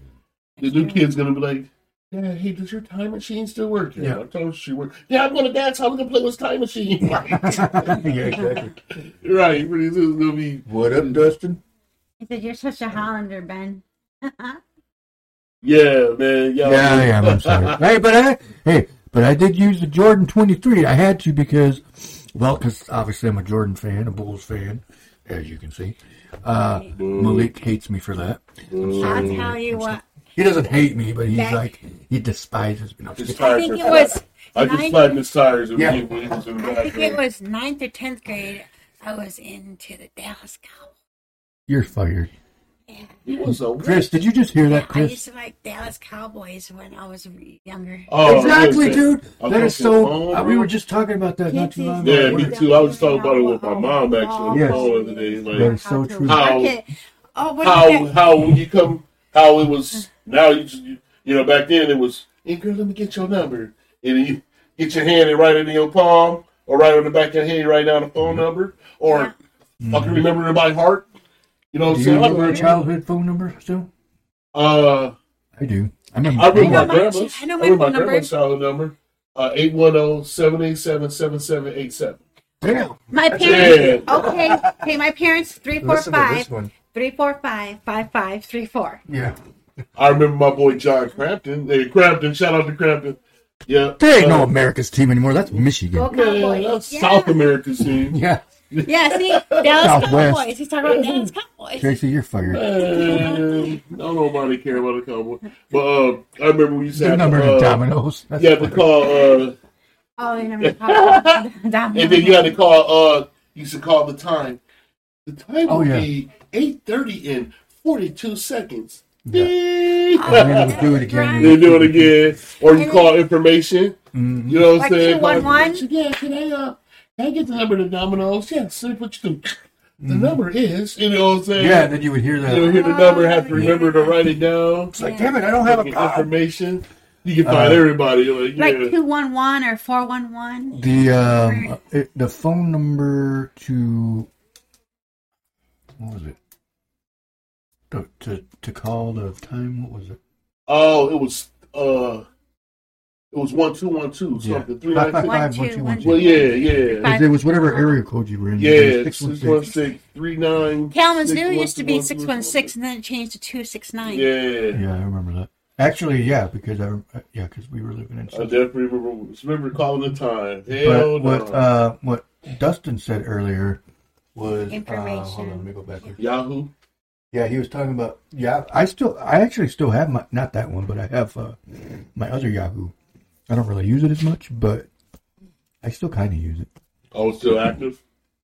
C: The new kid's gonna be like, Yeah, hey, does your time machine still work? Yeah,
B: Yeah.
C: I told her "Oh, she work. Yeah, I'm gonna dance. I'm gonna play with this time machine. right,
B: yeah, exactly.
C: right. Pretty soon it's gonna be
B: What up, Dustin?
D: He said, "You're such a Hollander, Ben."
C: Yeah, man. Yeah,
B: Yeah, I am. I'm sorry. hey, but I, hey, but I did use the Jordan 23. I had to because, well, because obviously I'm a Jordan fan, a Bulls fan, as you can see. Uh, Malik hates me for that.
D: I'll
C: Mm.
D: tell you what.
B: He doesn't hate me, but he's
D: Back-
B: like he despises me. No, I'm just kidding.
D: I think it was.
C: I just
D: nine-
C: slapped his tires and
B: Yeah.
C: he was in the
D: I think it
C: bathroom.
D: was ninth or tenth grade. I was into the Dallas Cowboys.
B: You're fired,
D: Yeah.
C: He was a
B: Chris. Did you just hear that,
D: I
B: Chris?
D: used to like Dallas Cowboys when I was younger.
C: Oh,
B: exactly,
C: listen.
B: dude.
C: I'm
B: that is
C: fucking
B: so. uh,
C: wrong,
B: we
C: bro.
B: were just talking about that not too long ago.
C: oh, Yeah, me too. I was talking about it with my mom actually
B: Yes.
C: on the phone the other day. Like,
B: That is so true.
C: How-
D: Oh, what
C: how
D: is that?
C: how when you come how it was now you just you know back then it was hey girl let me get your number and you get your hand and write it in your palm, or right on the back of your hand, you write down a
B: Mm-hmm.
C: phone number, or I can remember it by heart. You know what
B: Do
C: I'm
B: you
C: saying? I
B: remember our
C: remember-
B: childhood phone number still?
C: Uh,
B: I do. I remember.
C: I remember my
D: know my-
C: grandma's.
D: I
C: I
D: know my
C: remember my
D: phone number.
C: grandma's childhood number. Uh, 810-787-7787.
B: Damn.
D: My parents. Okay. Okay. My parents. Three four
B: Listen to
D: five.
B: this one.
D: Three four five five five three four.
B: Yeah.
C: I remember my boy John Crampton. Hey, Crampton, shout out to Crampton. Yeah.
B: There ain't
C: Uh,
B: no America's team anymore. That's Michigan.
D: Go
C: Man,
D: Cowboys.
C: that's
D: yeah.
C: South America's team.
B: Yeah.
D: Yeah. See, Dallas
B: Southwest.
D: Cowboys. He's talking about Dallas Cowboys.
B: Tracy, you're
C: Uh,
B: fired.
C: Man, Um, I don't know why they care about the Cowboys. But uh, I remember we used to
B: The
C: have
B: number of
C: to, uh,
B: dominoes. That's
C: you had to call, uh,
D: Oh, you never caught that.
C: and then you had to call, uh, you used to call the time. The time
B: Oh,
C: would
B: yeah.
C: be 8.30 and 42 seconds.
B: Yeah.
C: Ding.
B: And then we'll do it again.
C: They do it again. Or you
D: And
C: call information.
B: Mhm.
C: You know what
D: Like
C: I'm saying?
D: 211?
C: Yeah, can I, uh, can I get the number to Domino's? Yes, sir, what you do. The number is, you know what I'm saying?
B: Mm-hmm. Yeah, and then you would hear
C: You'll
B: that.
C: hear the number, have to remember to write it down.
B: It's like, damn it, I don't have a
C: Get
B: card.
C: information. You can
B: Uh-huh.
C: find everybody. You're like,
D: Like
C: yeah.
D: two one one or four one one.
B: The um, it, the phone number to what was it? To, to to call the time. What was it?
C: Oh, it was uh, it was one two one two something three
B: Five,
C: nine
B: five, five, one, two,
C: six.
D: One, two, one,
B: one, two.
C: Well, yeah, yeah,
B: It was whatever area code you were in.
C: yeah. Six one
B: 616.
C: six three nine.
D: Kalamazoo used to be six one six, and then it changed to two six nine.
C: Yeah,
B: Yeah, I remember that. Actually, yeah, because I rem- uh, yeah, because we were living in.
C: I definitely remember. Remember calling the time.
B: But
C: Hell no.
B: what uh, what Dustin said earlier was Uh, hold
D: Information.
B: on, let me go back. There.
C: Yahoo.
B: Yeah, he was talking about yeah. I still, I actually still have my not that one, but I have uh, my other Yahoo. I don't really use it as much, but I still kind of use it.
C: Oh, it's still active.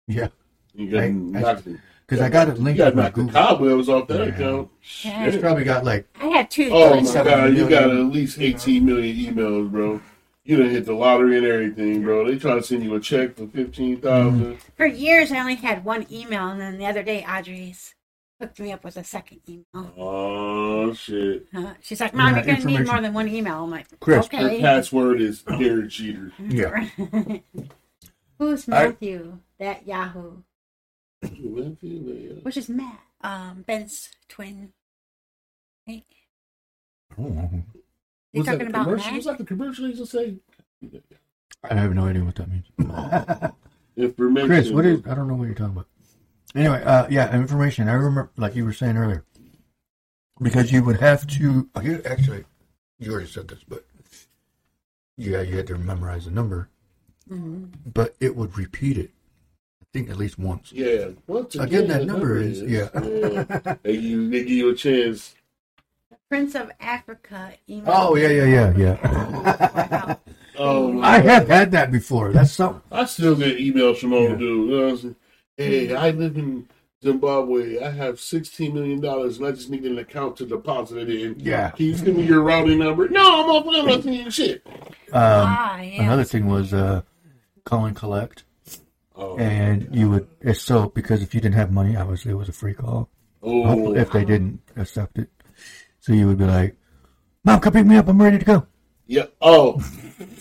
B: Yeah,
C: You got
B: I- I-
C: knocked it.
B: because I got it
C: You
B: linked
C: got
B: with my
C: knocked the
B: Google.
C: cobwebs off that
B: Yeah.
C: account.
D: Yeah.
B: It's probably got like
D: I had two.
C: Oh my
D: choices.
C: god, you got at least 18 million emails, bro. You done hit the lottery and everything, bro. They try to send you a check for 15,000.
D: For years, I only had one email, and then the other day, Audrey's hooked me up with a second email.
C: Oh shit.
D: Uh, she's like, "Mom,
B: Yeah,
D: you're going to need
B: information.
D: more than one email." I'm like,
B: Chris,
C: Her
D: "Okay."
C: password is Derek Jeter.
B: yeah.
D: Who's
B: I-
D: Matthew? That Yahoo, which is Matt, um, Ben's twin. Hey,
B: I don't know.
D: you talking about
C: commercial?
D: Matt?
C: Was that the commercial used to say?
B: I have no idea what that means.
C: Information.
B: Chris, what is? I don't know what you're talking about. Anyway, uh, yeah, information. I remember, like you were saying earlier, because you would have to. oh, you- Actually, you already said this, but yeah, you had to memorize the number,
D: Mhm.
B: but it would repeat it. I think at least once.
C: Yeah. Once
B: Again,
C: again,
B: that
C: the
B: number is- yeah.
C: they, you, they give you a chance.
D: Prince of Africa email.
B: Oh yeah, yeah, yeah, Um, yeah.
C: Oh, my
B: I
C: God.
B: have had that before. That's something.
C: I still get emails from old
B: Yeah.
C: dudes. You know what I'm saying? Hey, I live in Zimbabwe. I have sixteen million dollars, and I just need an account to deposit it in.
B: Yeah.
C: Can you give me your routing number? No, I'm off. I'm not sending you shit.
B: Um,
D: ah, yeah.
B: another thing was uh, call and collect,
C: Oh,
B: and you would it's so because if you didn't have money, obviously it was a free call.
C: oh,
B: if they didn't accept it. So you would be like, Mom, come pick me up. I'm ready to go.
C: yeah. Oh,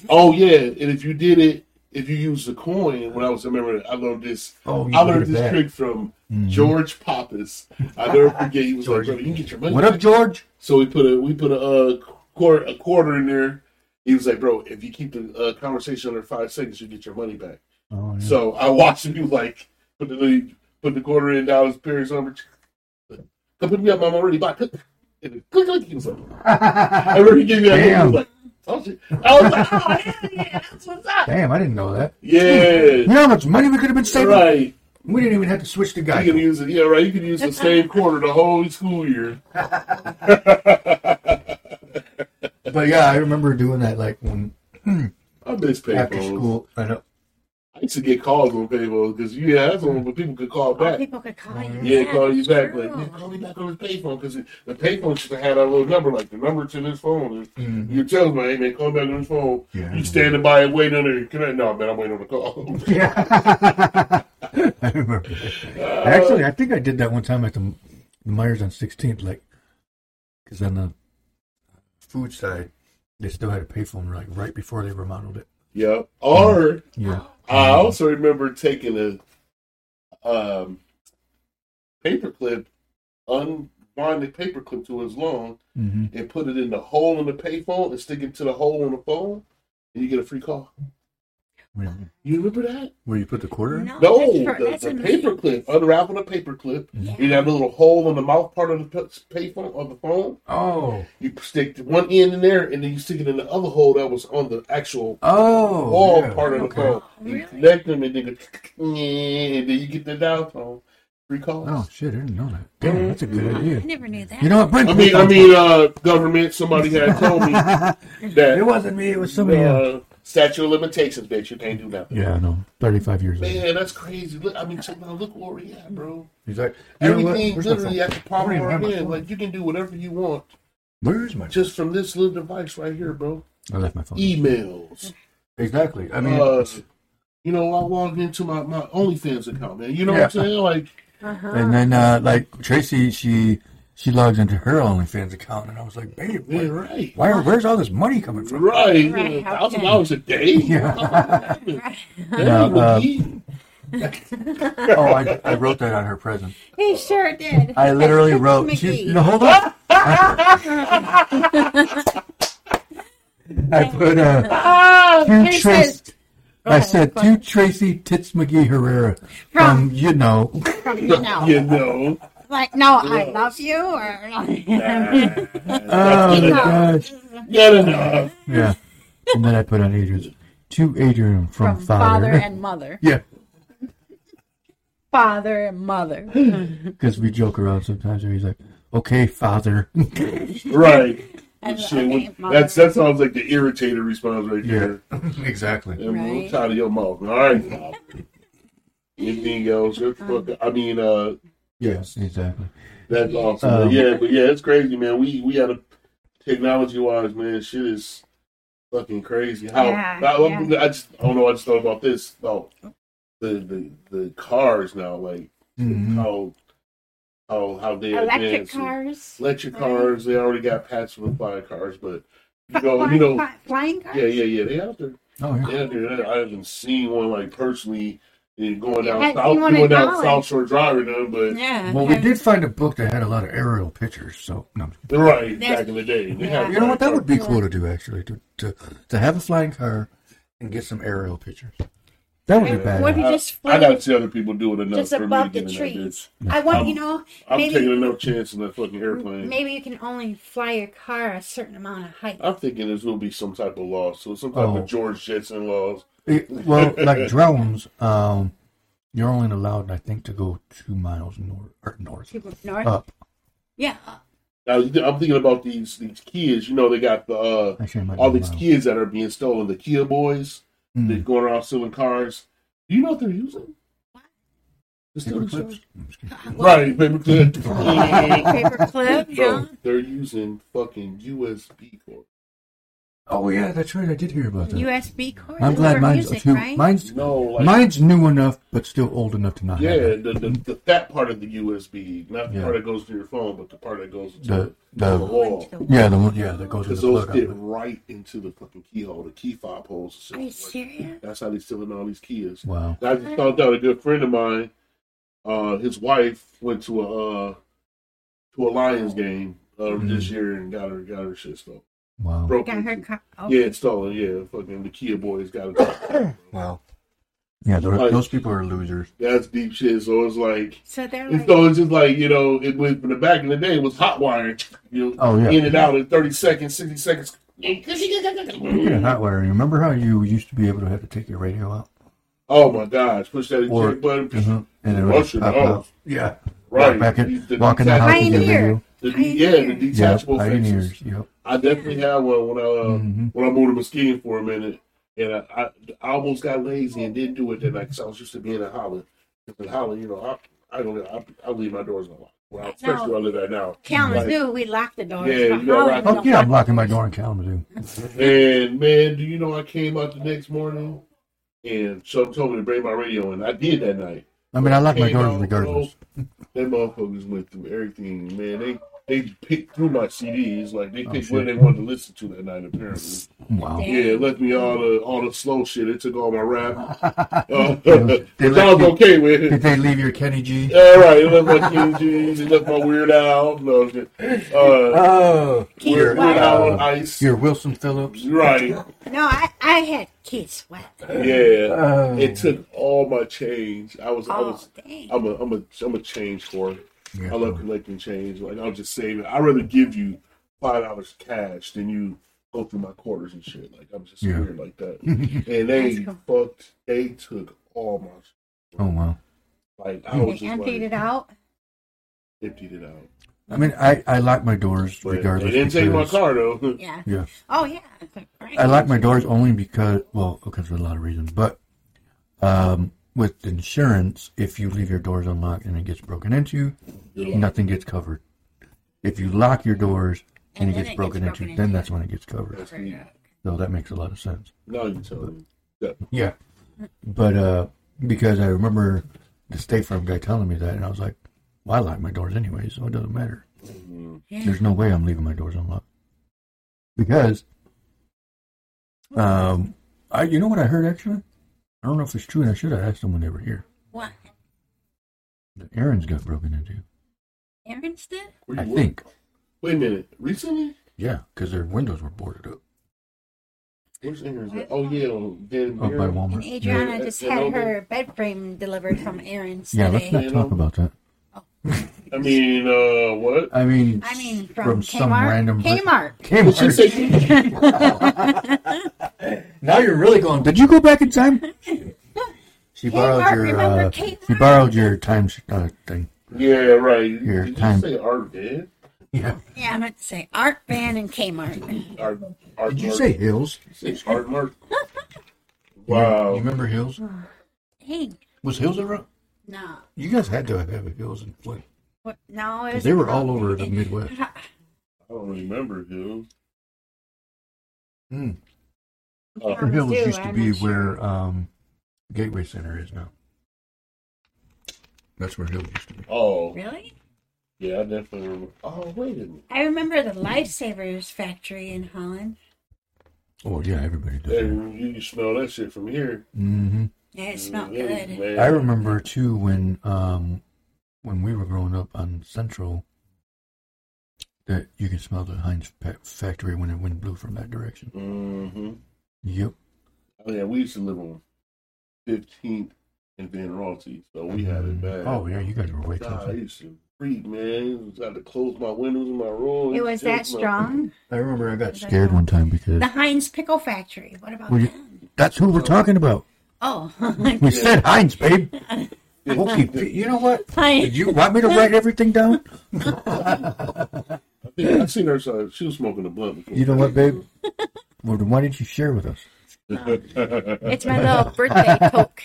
C: oh, yeah. And if you did it, if you used the coin, when I was a member, I learned this.
B: Oh, you
C: I
B: did
C: learned this
B: that. Mm-hmm.
C: trick from George Pappas. I never forget. He was
B: George.
C: like, "Brother, you can get your money."
B: What up,
C: back."
B: George?
C: So we put a we put a, uh quarter a quarter in there. He was like, "Bro, if you keep the uh, conversation under five seconds, you get your money back."
B: Oh, yeah.
C: So I watched him like put the put the quarter in dollars, Perry's number. Come pick me up, I'm already back. Click, click, click. He was like, I remember he gave me that. look, He was like, oh, shit. I was like, oh, hell yeah, that's what's up.
B: Damn, I didn't know that. You
C: Yeah,
B: know how much money we could have been saving?
C: right.
B: We didn't even have to switch the
C: You
B: guy.
C: can use it. Yeah, right. You can use the same quarter the whole school year.
B: But yeah, I remember doing that like when
C: I miss
B: after
C: payphones.
B: school. I know.
C: I used to get calls on payphones because you had one where people could call
D: Oh,
C: back.
D: people could call you.
C: Yeah, call you back.
D: true.
C: Like, man, call me back on his payphone because the payphone should have had our little number, like the number to this phone.
B: Mhm.
C: You tell him, hey man, call me back on his phone.
B: Yeah.
C: You standing by and waiting on there. Can I? No, man, I'm waiting on the call.
B: Yeah. I remember. that. Actually, I think I did that one time at the, the Myers on 16th, like, because on the food side, They still had to pay for them like right before they remodeled it.
C: Yep. Or
B: Yeah.
C: I also remember taking a um, paperclip, unbinded paperclip to his lawn,
B: Mm-hmm.
C: and put it in the hole in the payphone and stick it to the hole in the phone, and you get a free call. You remember that?
B: Where you put the quarter in?
C: No,
D: Oh, that's for-
C: the,
D: that's
C: the
D: in-
C: paperclip, unraveling a paperclip.
D: Yeah.
C: You have a little hole in the mouth part of the p- payphone of the phone.
B: Oh.
C: You stick one end in there, and then you stick it in the other hole that was on the actual
B: Oh.
C: wall
B: yeah.
C: part of the
B: okay.
C: phone. You
D: Really?
C: connect them, and then, go, and then you get the downtown. Free calls.
B: Oh shit! I didn't know that. Damn, that's a good
D: I
B: idea.
D: never knew that.
B: You know what? Bring.
C: Mm-hmm. I mean, I mean, uh, government. Somebody had told me
B: it
C: that
B: wasn't me. It was somebody else.
C: uh, statute of limitations, bitch. You can't do nothing.
B: Yeah, I know. Thirty-five years old.
C: Man, that's crazy. Look, I mean, check now. Look where we at, bro.
B: He's like, you know what?
C: Everything
B: Where's my
C: literally
B: phone?
C: at the palm
B: I
C: of
B: don't
C: our
B: even have
C: hand.
B: my
C: Like you can do whatever you want
B: phone. Where's my?
C: just from this little device right here, bro.
B: I left my phone.
C: Emails.
B: Exactly. I mean,
C: uh, you know, I logged into my my OnlyFans account, man. You know what
B: Yeah.
C: I'm saying? Like,
B: and then uh, like Tracy, she she logs into her OnlyFans account, and I was like, babe,
C: man,
B: why,
C: right,
B: why where's all this money coming from?
C: right, you
D: Right,
C: know, a
D: how
C: thousand
D: can-
C: dollars a day.
B: Yeah.
C: That
B: Yeah, uh,
C: would be-
B: oh, I, I wrote that on her present.
D: He sure did.
B: I literally wrote. She,
D: McGee.
B: no, hold on. I put uh,
D: and
B: two
D: it says-
B: Tracy. I
D: ahead,
B: said
D: go
B: to Tracy Tits McGee Herrera from you know.
D: from you know,
C: you know.
D: like no, I love you or like,
B: Oh my
D: No.
B: gosh!
C: Not enough.
B: Yeah, and then I put on Adrian's to Adrian from,
E: from father and mother.
B: yeah,
E: Father and mother.
B: because we joke around sometimes, and he's like, "Okay, father."
C: Right.
D: And-
C: Shit,
D: okay,
C: when-
D: mother.
C: that's that sounds like the irritated response right there.
B: exactly.
C: Yeah, man, I'm
E: Right.
C: tired of your mouth. All right. now. Anything else? It's
D: Um,
C: fuck- I mean, uh,
B: Yes, exactly.
C: that's awesome.
B: Um,
C: yeah, but yeah, it's crazy, man. We we had a technology wise, man. Shit is fucking crazy. How
D: Yeah,
C: I, I- I just I don't know. I just thought about this. Oh, the the the cars now, like
B: Mhm.
C: how how how they
D: electric
C: advance and-
D: cars.
C: electric cars. They already got patents for the flying cars, but you know, you know,
D: Fly- flying cars.
C: yeah, yeah, yeah. They out there.
B: Oh yeah.
C: They out there. I haven't seen one like personally eh, going down
D: haven't
C: south,
D: seen one
C: going
D: in
C: down
D: Holland.
C: South Shore Drive or nothing, but
D: Yeah,
B: Well, we
D: and-
B: did find a book that had a lot of aerial pictures, so no.
C: they're right
D: There's-
C: back in the day. They
D: Yeah.
C: had
B: You know what? That would be
D: Yeah.
B: cool to do, actually, to to, to have a flying car and get some aerial pictures. That would be bad.
D: What if
C: I,
D: you just
C: I
D: flew
C: gotta see other people do it enough
D: just
C: for me
D: above
C: to
D: the
C: get an idea.
D: trees? I want you know
C: I'm
D: Maybe-
C: taking enough chance in that fucking airplane.
D: maybe you can only fly your car a certain amount of height.
C: I'm thinking this will be some type of law, so some type
B: Oh.
C: of George Jetson laws.
B: It- well, like drones, um, you're only allowed, I think, to go two miles north or north
D: People north.
B: up.
D: yeah, uh,
C: Now, I'm thinking about these these kids. You know, they got the uh,
B: Actually, it might
C: all
B: be a
C: these
B: mile.
C: kids that are being stolen, the Kia boys,
B: Mm.
C: they're going around stealing cars. Do you know what they're using? To steal
B: Paper
C: these
B: clips.
C: cars?
B: I'm just kidding.
C: Right, paper clip.
D: uh, paper clip. Yeah.
C: Bro, they're using fucking USB cords.
B: Oh yeah, that's right. I did hear about that.
D: USB cord.
B: I'm glad
D: for
B: mine's
D: music,
B: too,
D: right?
B: mine's
C: No, like
B: mine's new enough, but still old enough to not
C: yeah,
B: have it.
C: the, the, the that part of the USB, not the
B: Yeah.
C: part that goes to your phone, but the part that goes to
B: The
C: the
B: the
C: wall.
B: yeah the one yeah that goes to
C: Because
B: the
C: those
B: plug.
C: fit
B: outlet.
C: right into the fucking keyhole, the key fob holes.
D: Are you serious?
C: That's how they stealing all these keys.
B: Wow.
C: I just found out a good friend of mine, uh, his wife went to a uh, to a Lions
D: Oh.
C: game uh,
B: Mhm.
C: this year and got her got her shit stolen.
B: Wow.
C: Broke
D: Got her
C: into-
D: car. Oh,
C: Yeah, it's stolen. Yeah, fucking the Kia boys got it.
B: Wow. Yeah, those,
C: Like-
B: those people are losers.
C: That's deep shit. So it's like,
D: So they're
C: it's,
D: like,
C: so it's just like you know, it was from the back in the day it was hot wiring, you know,
B: Oh, yeah.
C: in and out in thirty seconds, sixty seconds.
B: Speaking of hot wiring, remember how you used to be able to have to take your radio out?
C: Oh my gosh! Push that
B: Or-
C: eject button.
B: Mhm. And it would
C: Russian,
B: just pop
C: oh.
B: out. Yeah.
C: Right.
B: Back
C: These-
B: in,
C: the
B: walk in the house with your
D: Pioneer.
B: radio.
C: The, yeah, the
D: Pioneer.
B: Yeah,
C: detachable fences.
B: pioneers. Yep.
C: I definitely had one when I uh,
B: Mhm.
C: when I moved to Muskegon for a minute, and I, I, I almost got lazy and didn't do it that night because I was used to being in Holland. 'Cause in Holland, you know, I I don't I, I leave my doors unlocked. Well, especially where I live at now.
D: Kalamazoo, we locked the doors.
C: Yeah,
D: but
C: you gotta
D: Holland,
C: lock-
D: we
B: Oh,
D: don't
B: yeah, I'm
D: lock
B: locking my door in Kalamazoo.
C: And man, do you know I came out the next morning, and someone told me to bring my radio, and I did that night.
B: I mean, I lock my
C: Came
B: doors
C: out,
B: regardless.
C: bro, Them motherfuckers went through everything, man. They they picked through my CDs. Like they
B: Oh,
C: picked
B: shit.
C: what they wanted to listen to that night. Apparently,
B: Wow.
C: yeah, it left me all the all the slow shit. It took all my rap, uh,
B: They
C: which I
B: let
C: was
B: you-
C: okay with.
B: Did they leave your Kenny G?
C: All right, it left my King James, it left my Weird Al. No, I'm kidding. uh,
B: Oh,
D: Keith
C: Weird, Weird
D: Sweat.
C: Al on Ice.
B: your Wilson Phillips.
C: Right,
D: No, I, I had Keith Sweat.
C: yeah.
B: Oh.
C: It took all my change. I was, I
D: Oh,
C: was,
D: dang.
C: I'm a, I'm a, I'm a change hoarder.
B: Yeah.
C: I love collecting change. Like I'll just save it. I'd rather give you five dollars cash than you go through my quarters and shit. Like I'm just
B: Yeah.
C: weird like that. and they
D: That's
C: fucked. They took all my. shit.
B: Oh wow.
C: Like I was
D: They
C: just
D: emptied
C: like,
D: it out.
C: emptied it out.
B: I mean, I, I lock my doors
C: But
B: regardless.
C: they didn't take my
B: because-
C: car though.
D: Yeah.
B: Yeah.
D: Oh, yeah. Okay, great.
B: I lock my doors only because, well, because for a lot of reasons, but um, with insurance, if you leave your doors unlocked and it gets broken into, nothing gets covered. If you lock your doors and,
D: And
B: it
D: then
B: gets
D: it
B: broken
D: gets
B: into,
D: broken
B: then
D: into.
B: that's when it gets covered. So that makes a lot of sense.
C: now you tell me.
B: Yeah. But uh, because I remember the State Farm guy telling me that, and I was like, well, I lock my doors anyway, so it doesn't matter.
D: Yeah.
B: There's no way I'm leaving my doors unlocked. Because um I you know what I heard actually? I don't know if it's true and I should have asked them when they were here.
D: What?
B: That Aaron's got broken into.
D: Aaron's did?
C: Where you
B: I
C: work?
B: think.
C: Wait a minute. Recently?
B: Yeah, because their windows were boarded up
C: Where's Aaron's? at? Oh yeah, on Van
B: up by
C: Buren.
B: Walmart.
D: And Adriana
C: Yeah.
D: just
C: And
D: had
C: over-
D: her bed frame delivered from Aaron's
B: yeah, let's
D: today.
B: not talk about that.
C: I mean, uh, what?
B: I mean,
D: I mean, from,
B: From
D: Kmart.
B: some random-
D: Kmart.
C: Did she
B: Kmart.
C: say?
B: now you're really going. Did you go back in time? She borrowed
D: Kmart,
B: your.
D: remember
B: Uh,
D: Kmart?
B: she borrowed your time sh- uh, thing.
C: Yeah, right.
B: Your
C: Did
B: time.
C: you say art dead?
B: Yeah.
D: Yeah, I meant to say Art Van and Kmart.
C: Art, art
B: Did you
C: Mart.
B: say Hills?
C: Say art mark?
B: You
C: Wow.
B: remember Hills?
D: Dang.
B: Was Hills ever? up?
D: No.
B: You guys had to have had Hills in Flint.
D: What? No, it
B: 'Cause
D: was
B: they were all over the Midwest.
C: I don't remember who.
B: Mm.
C: Uh,
D: Sure.
B: Hills
D: do,
B: used to
D: I'm
B: be
D: not sure.
B: where um, Gateway Center is now. That's where Hills used to be.
C: oh,
D: Really?
C: yeah, I definitely remember. Oh, wait a minute.
D: I remember the Lifesavers factory in Holland.
B: Oh yeah, everybody does.
C: Hey, you can smell that shit from here.
B: hmm
D: Yeah, it smelled
C: Yeah,
D: good.
C: man.
B: I remember too when um, when we were growing up on Central. That you could smell the Heinz fa- factory when it wind blew from that direction.
C: hmm
B: Yep.
C: Oh, yeah, we used to live on 15th and Van Royalty, so we had it bad.
B: Oh yeah, you guys were way
C: God, I
B: closer.
C: used to freak, man. I had to close my windows in my room.
D: It was that
C: Just my-
D: strong.
B: I remember I got scared one time because
D: The Heinz Pickle Factory. What about
B: Well, you-
D: them?
B: that's who we're talking about.
D: Oh,
B: We said Heinz, babe. We'll keep- you know what? Did
D: Heinz.
B: you want me to write everything down?
C: I think I seen her. So she was smoking a blunt. Before.
B: You know what, babe? Well, then why didn't you share with us?
D: It's my little birthday Coke.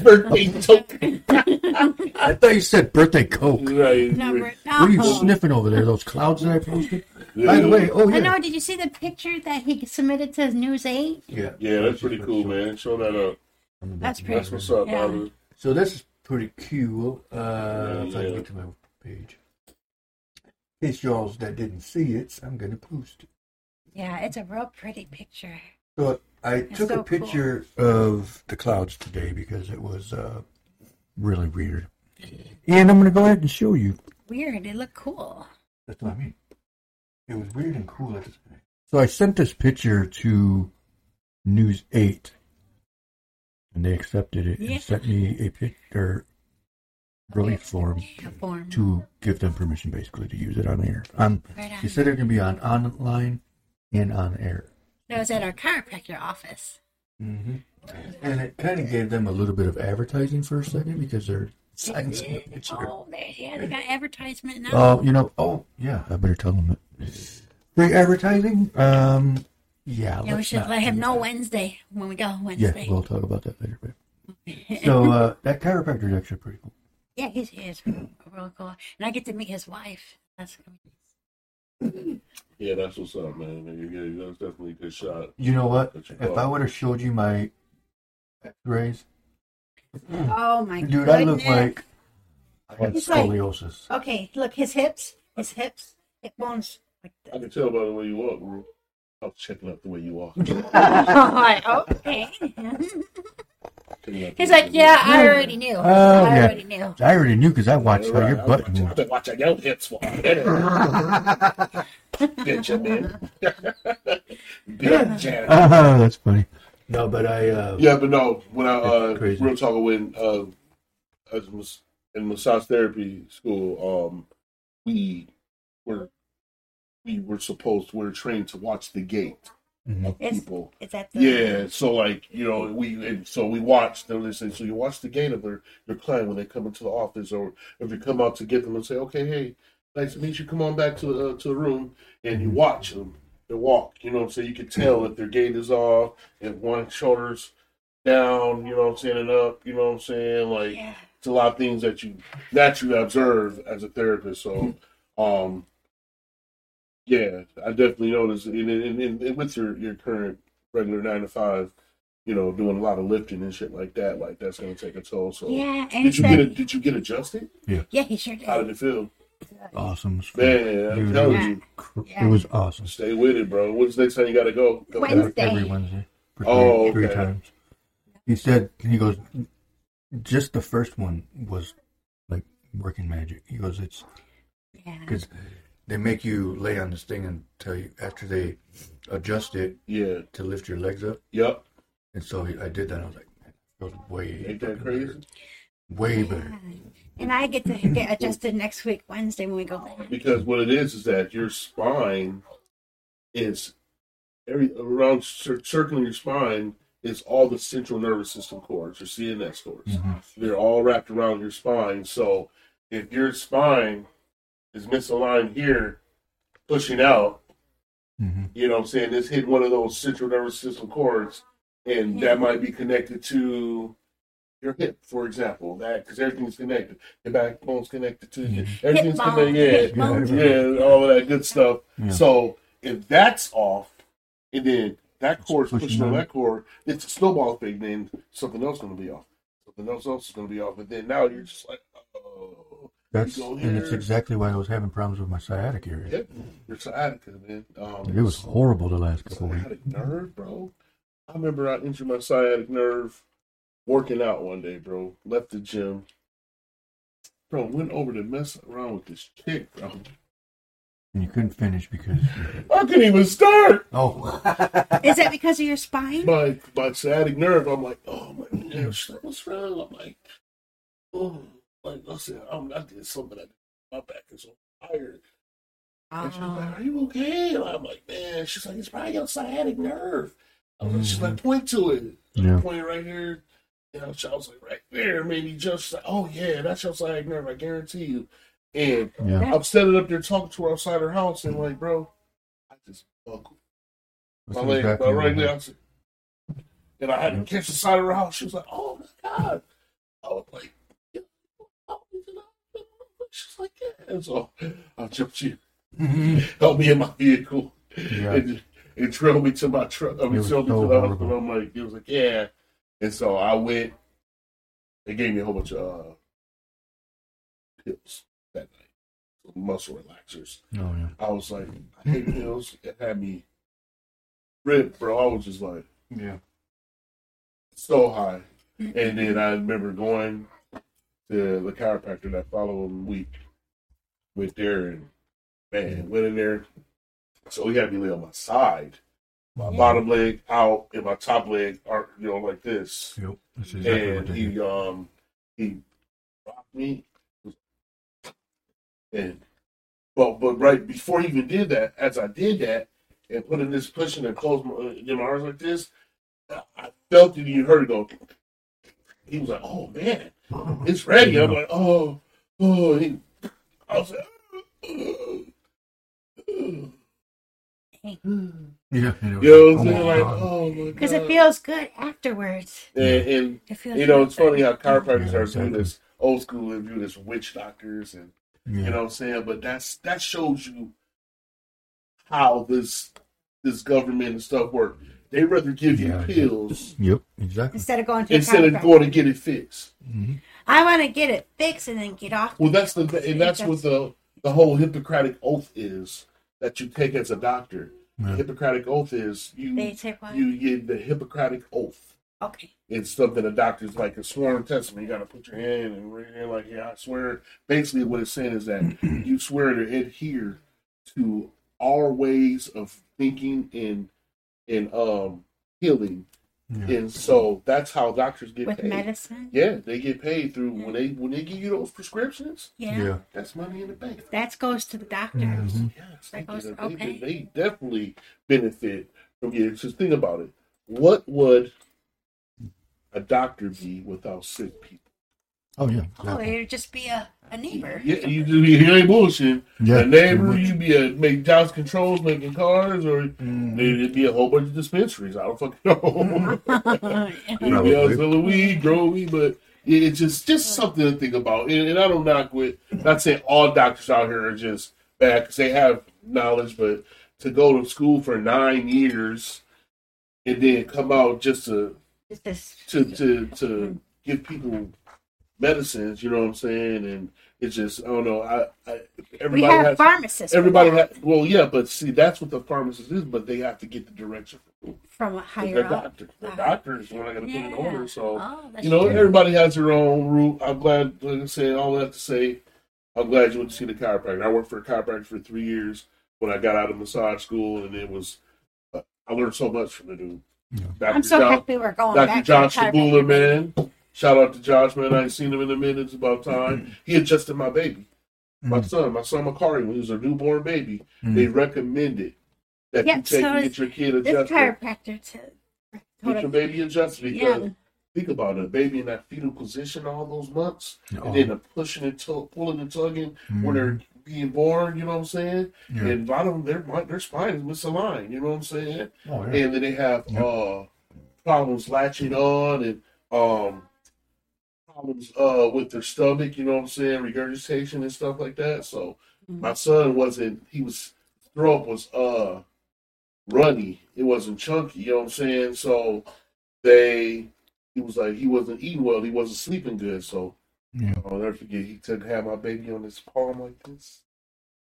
C: Birthday token.
B: I thought you said birthday coke. What
C: Right.
D: Number.
B: are you
D: No.
B: sniffing over there? Those clouds that I posted? By the way, oh
D: Uh-huh. I
B: yeah,
D: know. Did you see the picture that he submitted to News 8?
B: yeah,
C: Yeah, that's pretty cool, man. Show that up.
D: That's pretty
C: That's what's up,
D: Yeah.
C: Bobby.
B: So this is pretty cool. Uh, if I can get to my page. In case y'all that didn't see it, I'm gonna post it.
D: Yeah, it's a real pretty picture.
B: So I
D: That's
B: took
D: so
B: a
D: cool.
B: picture of the clouds today because it was uh, really weird. And I'm gonna go ahead and show you.
D: Weird. It looked cool.
B: That's what I mean. It was weird and cool at the time. So I sent this picture to News 8, and they accepted it
D: Yeah.
B: and sent me a picture release form
D: The form.
B: to give them permission basically to use it on air. Um,
D: Right on.
B: they said it can be on online and on air.
D: That was at our chiropractor office.
B: Mm-hmm. And it kind of gave them a little bit of advertising for a second because they're signs on the picture.
D: Oh, they, yeah, they got advertisement now.
B: Oh, you know, oh yeah, I better tell them that. Free advertising? Um, yeah.
D: yeah, we
B: let's
D: should
B: not
D: let him
B: do
D: know
B: that.
D: Wednesday when we go
B: Yeah,
D: Wednesday.
B: we'll talk about that later. Babe. so uh, that chiropractor is actually pretty cool.
D: Yeah, he's he is real cool, and I get to meet his wife. That's gonna be
C: Yeah, that's what's up, man. You get- That's definitely a good shot.
B: You know what?
C: That's
B: If
C: cool.
B: I would have showed you my X-rays,
D: Oh my
B: Hmm. dude,
D: goodness!
B: I look like I had
D: It's like-
B: scoliosis.
D: Okay, look his hips. His hips. It won't. Like
C: I can tell by the way you walk, bro. I was checking out the way you walk.
D: I'm like, okay.
C: Checking out the
D: He's
C: way
D: like,
C: you
D: yeah,
C: walk.
D: I already knew.
B: Oh,
D: I
B: yeah.
D: already knew.
B: I already knew because I watched how
C: Right,
B: your
C: I
B: butt
C: watch- I've
B: moved.
C: been watching your hips walk. Bitch, man. Bitch, janitor.
B: Oh, that's funny. No, but I. Uh,
C: Yeah, but no, when I uh,
B: That's crazy.
C: real talk when uh, I was mas- in massage therapy school, um, we were we were supposed we were trained to watch the gate
B: mhm.
D: It's,
C: people.
D: it's at the.
C: Yeah, so like you know we and so we watched. And they say so you watch the gate of their your client when they come into the office, or if you come out to get them and say, okay, hey, nice to meet you. Come on back to the uh, to the room, and you watch them. They walk, you know what I'm saying? You can tell if their gait is off, if one shoulder's down, you know what I'm saying, and up, you know what I'm saying? Like,
D: Yeah.
C: it's a lot of things that you naturally observe as a therapist. So, um, yeah, I definitely noticed, and, and, and, and with your, your current regular nine to five, you know, doing a lot of lifting and shit like that, like that's gonna take a toll. So,
D: Yeah, and
C: did
D: it's
C: you get a,
D: like,
C: did you get adjusted?
D: yeah, he sure did.
C: How did it feel?
B: Awesome. as fuck.
C: Man, I'm
B: Dude, it,
C: telling
B: was,
C: you,
B: cr-
D: Yeah.
B: it was awesome.
C: stay with it, bro. When's the next time you gotta go? Go
E: Wednesday.
C: back.
B: Every, every Wednesday. For three,
C: Oh,
B: three
C: okay.
B: times. He said, he goes, just the first one was like working magic. He goes, it's
D: Yeah.
B: because they make you lay on this thing and tell you after they adjust it
C: Yeah.
B: to lift your legs up.
C: Yep.
B: And so he, I did that. I was like, man, it was way
C: Ain't that
B: fucking
C: crazy?
B: better. Way better.
D: And I get to get adjusted next week, Wednesday, when we go back.
C: because what it is is that your spine is every around cir- circling your spine is all the central nervous system cords, your CNS cords. They're all wrapped around your spine. So if your spine is misaligned here, pushing out,
B: hmm
C: you know what I'm saying, it's hit one of those central nervous system cords, and that might be connected to your hip, for example, that because everything's connected. Your backbone's connected to your everything's
D: bone,
C: connected. Yeah,
D: hip
B: bone.
C: yeah, all of that good stuff.
B: Yeah.
C: So if that's off, and then that cord's
B: pushing
C: pushing on
B: on.
C: that cord, it's a snowball thing. Then something else going to be off. Something else else is going to be off, and then now you're just like, oh,
B: That's
C: you go
B: and it's
C: here.
B: exactly why I was having problems with my sciatic area.
C: yep, your sciatica, man. Um,
B: It was horrible the last couple weeks.
C: sciatic nerve, bro. I remember I injured my sciatic nerve working out one day, bro. Left the gym. Bro, went over to mess around with this chick, bro.
B: And you couldn't finish because
C: I couldn't even start.
B: oh
D: Is that because of your spine?
C: my my sciatic nerve. I'm like, oh my gosh, what's wrong? I'm like, oh, like I said, I'm, I did something. I did. My back is on fire. And she's
D: Ah.
C: like, are you okay? And I'm like, man. She's like, it's probably your sciatic nerve. I was like, she's like, point to it.
B: yeah.
C: Point right here. And I was, I was like, right there, maybe just. She's like, oh yeah, that's your sciatic nerve. I guarantee you. And
B: Yeah.
C: I'm standing up there talking to her outside her house, and like, bro, I just buckled.
B: That's
C: My leg,
B: exactly
C: my
B: what
C: right
B: happened.
C: leg. I was- And I had to catch the side of her house. She was like, "Oh my god!" I was like, "Yeah." "She's like, yeah." And so I jumped in, helped me in my vehicle,
B: Yeah.
C: and, and drove me to my truck. I
B: It
C: mean,
B: was
C: drove me
B: so
C: to the
B: horrible.
C: hospital. I'm like, it was like, yeah. And so I went. They gave me a whole bunch of uh, pills that night, muscle relaxers.
B: Oh yeah.
C: I was like, I hate pills. It had me ripped, bro. I was just like
B: Yeah.
C: so high. And then I remember going to the chiropractor that following week. Went there and man, went in there. So he had me lay on my side, my bottom leg out, and my top leg are you know like this.
B: Yep. That's exactly what
C: And
B: they
C: he
B: did.
C: um he rocked me. And well, but right before he even did that, as I did that and put in this pushing and closed my, uh, did my arms like this, I felt it. You heard it go. He was like, "Oh man, it's ready." I'm like, "Oh, oh." and He, I was like, "Oh,
B: Yeah. and it was
C: you know what
B: like,
C: I'm saying?
B: oh,
C: Like,
B: God.
C: oh my god.
D: Because it feels good afterwards.
C: and, and
D: It feels
C: you know, it's
D: good.
C: funny how chiropractors
B: Yeah,
C: are
B: exactly.
C: viewed as old school and viewed as witch doctors, and
B: yeah.
C: you know what I'm saying. But that's that shows you how this this government and stuff work. They rather give you
B: Yeah, yeah.
C: pills
B: Yep. Exactly.
D: Instead of going to a
C: instead of
D: chiropractor.
C: going to get it fixed.
D: I want to get it fixed and then get off.
C: Well, that's the and that's what the the whole Hippocratic oath is that you take as a doctor. The
B: Yeah.
C: Hippocratic oath is you
D: They take what?
C: you get the Hippocratic oath.
D: Okay.
C: It's something the doctor's like a sworn testament. You got to put your hand and read it like, yeah, I swear. Basically, what it's saying is that you swear to adhere to our ways of thinking and and um healing,
B: Yeah.
C: and so that's how doctors get
D: With
C: paid.
D: medicine?
C: Yeah, they get paid through when they when they give you those prescriptions.
D: Yeah.
B: Yeah.
C: That's money in the bank.
D: That goes to the doctors.
B: Mhm.
C: Yes,
D: That
C: they,
D: goes-
C: get- they,
D: okay.
C: they definitely benefit from getting. Just think about it. What would a doctor be without sick people?
B: Oh yeah.
D: Oh,
B: exactly.
D: it'd just be a, a neighbor.
C: Yeah, you just you ain't bullshit.
B: Yeah,
C: a neighbor,
B: pretty much.
C: you be a make John's controls making cars, or
B: Mm-hmm.
C: it'd be a whole bunch of dispensaries. I don't fucking know. it'd
B: Probably.
C: be out selling weed, growing weed, but it- it's just just something to think about. And, and I don't knock with not saying all doctors out here are just bad because they have knowledge, but to go to school for nine years and then come out just to
D: It's this-
C: to to
D: Mm-hmm.
C: to give people medicines. You know what I'm saying? And it's just I don't know. I, I
D: we
C: everybody
D: have
C: has
D: pharmacists. for
C: everybody.
D: that,
C: Ha- well, yeah, but see, that's what the pharmacist is. But they have to get the direction from
D: from a
C: the
D: higher up.
C: doctor. The doctor is when I got to put an
D: Yeah.
C: order. So
D: Oh, that's
C: you know,
D: true.
C: everybody has their own route. I'm glad. Like I said, all I have to say, I'm glad you went to see the chiropractor. I worked for a chiropractor for three years when I got out of massage school, and it was. uh, I learned so much from the dude.
B: Yeah.
D: I'm so
C: John-
D: happy we're going
C: Dr.
D: back
C: Josh
D: to the
C: Shabula, man. Shout out to Josh, man. I ain't seen him in a minute. It's about
B: Mm-hmm.
C: time. He adjusted my baby, my
B: Mm.
C: son, my son Makari, when he was a newborn baby.
B: Mm.
C: They recommended that
D: Yeah,
C: you take
D: so
C: and get your kid
D: This
C: adjusted.
D: chiropractor to
C: Get your baby adjusted because
D: Yeah.
C: think about it, a baby in that fetal position all those months,
B: Oh.
C: and then the pushing and tug, pulling and tugging
B: Mm-hmm.
C: when they're being born. You know what I'm saying?
B: Yeah.
C: And a lot of them, their mi- their spine is misaligned. You know what I'm saying?
B: Oh, yeah.
C: and then they have
B: Yep.
C: uh problems latching on and um problems uh with their stomach, you know what I'm saying, regurgitation and stuff like that. So my son wasn't he was throw up was uh runny. It wasn't chunky, you know what I'm saying? So they he was like he wasn't eating well, he wasn't sleeping good, so
B: Yeah.
C: I'll never forget. He took have my baby on his palm like this,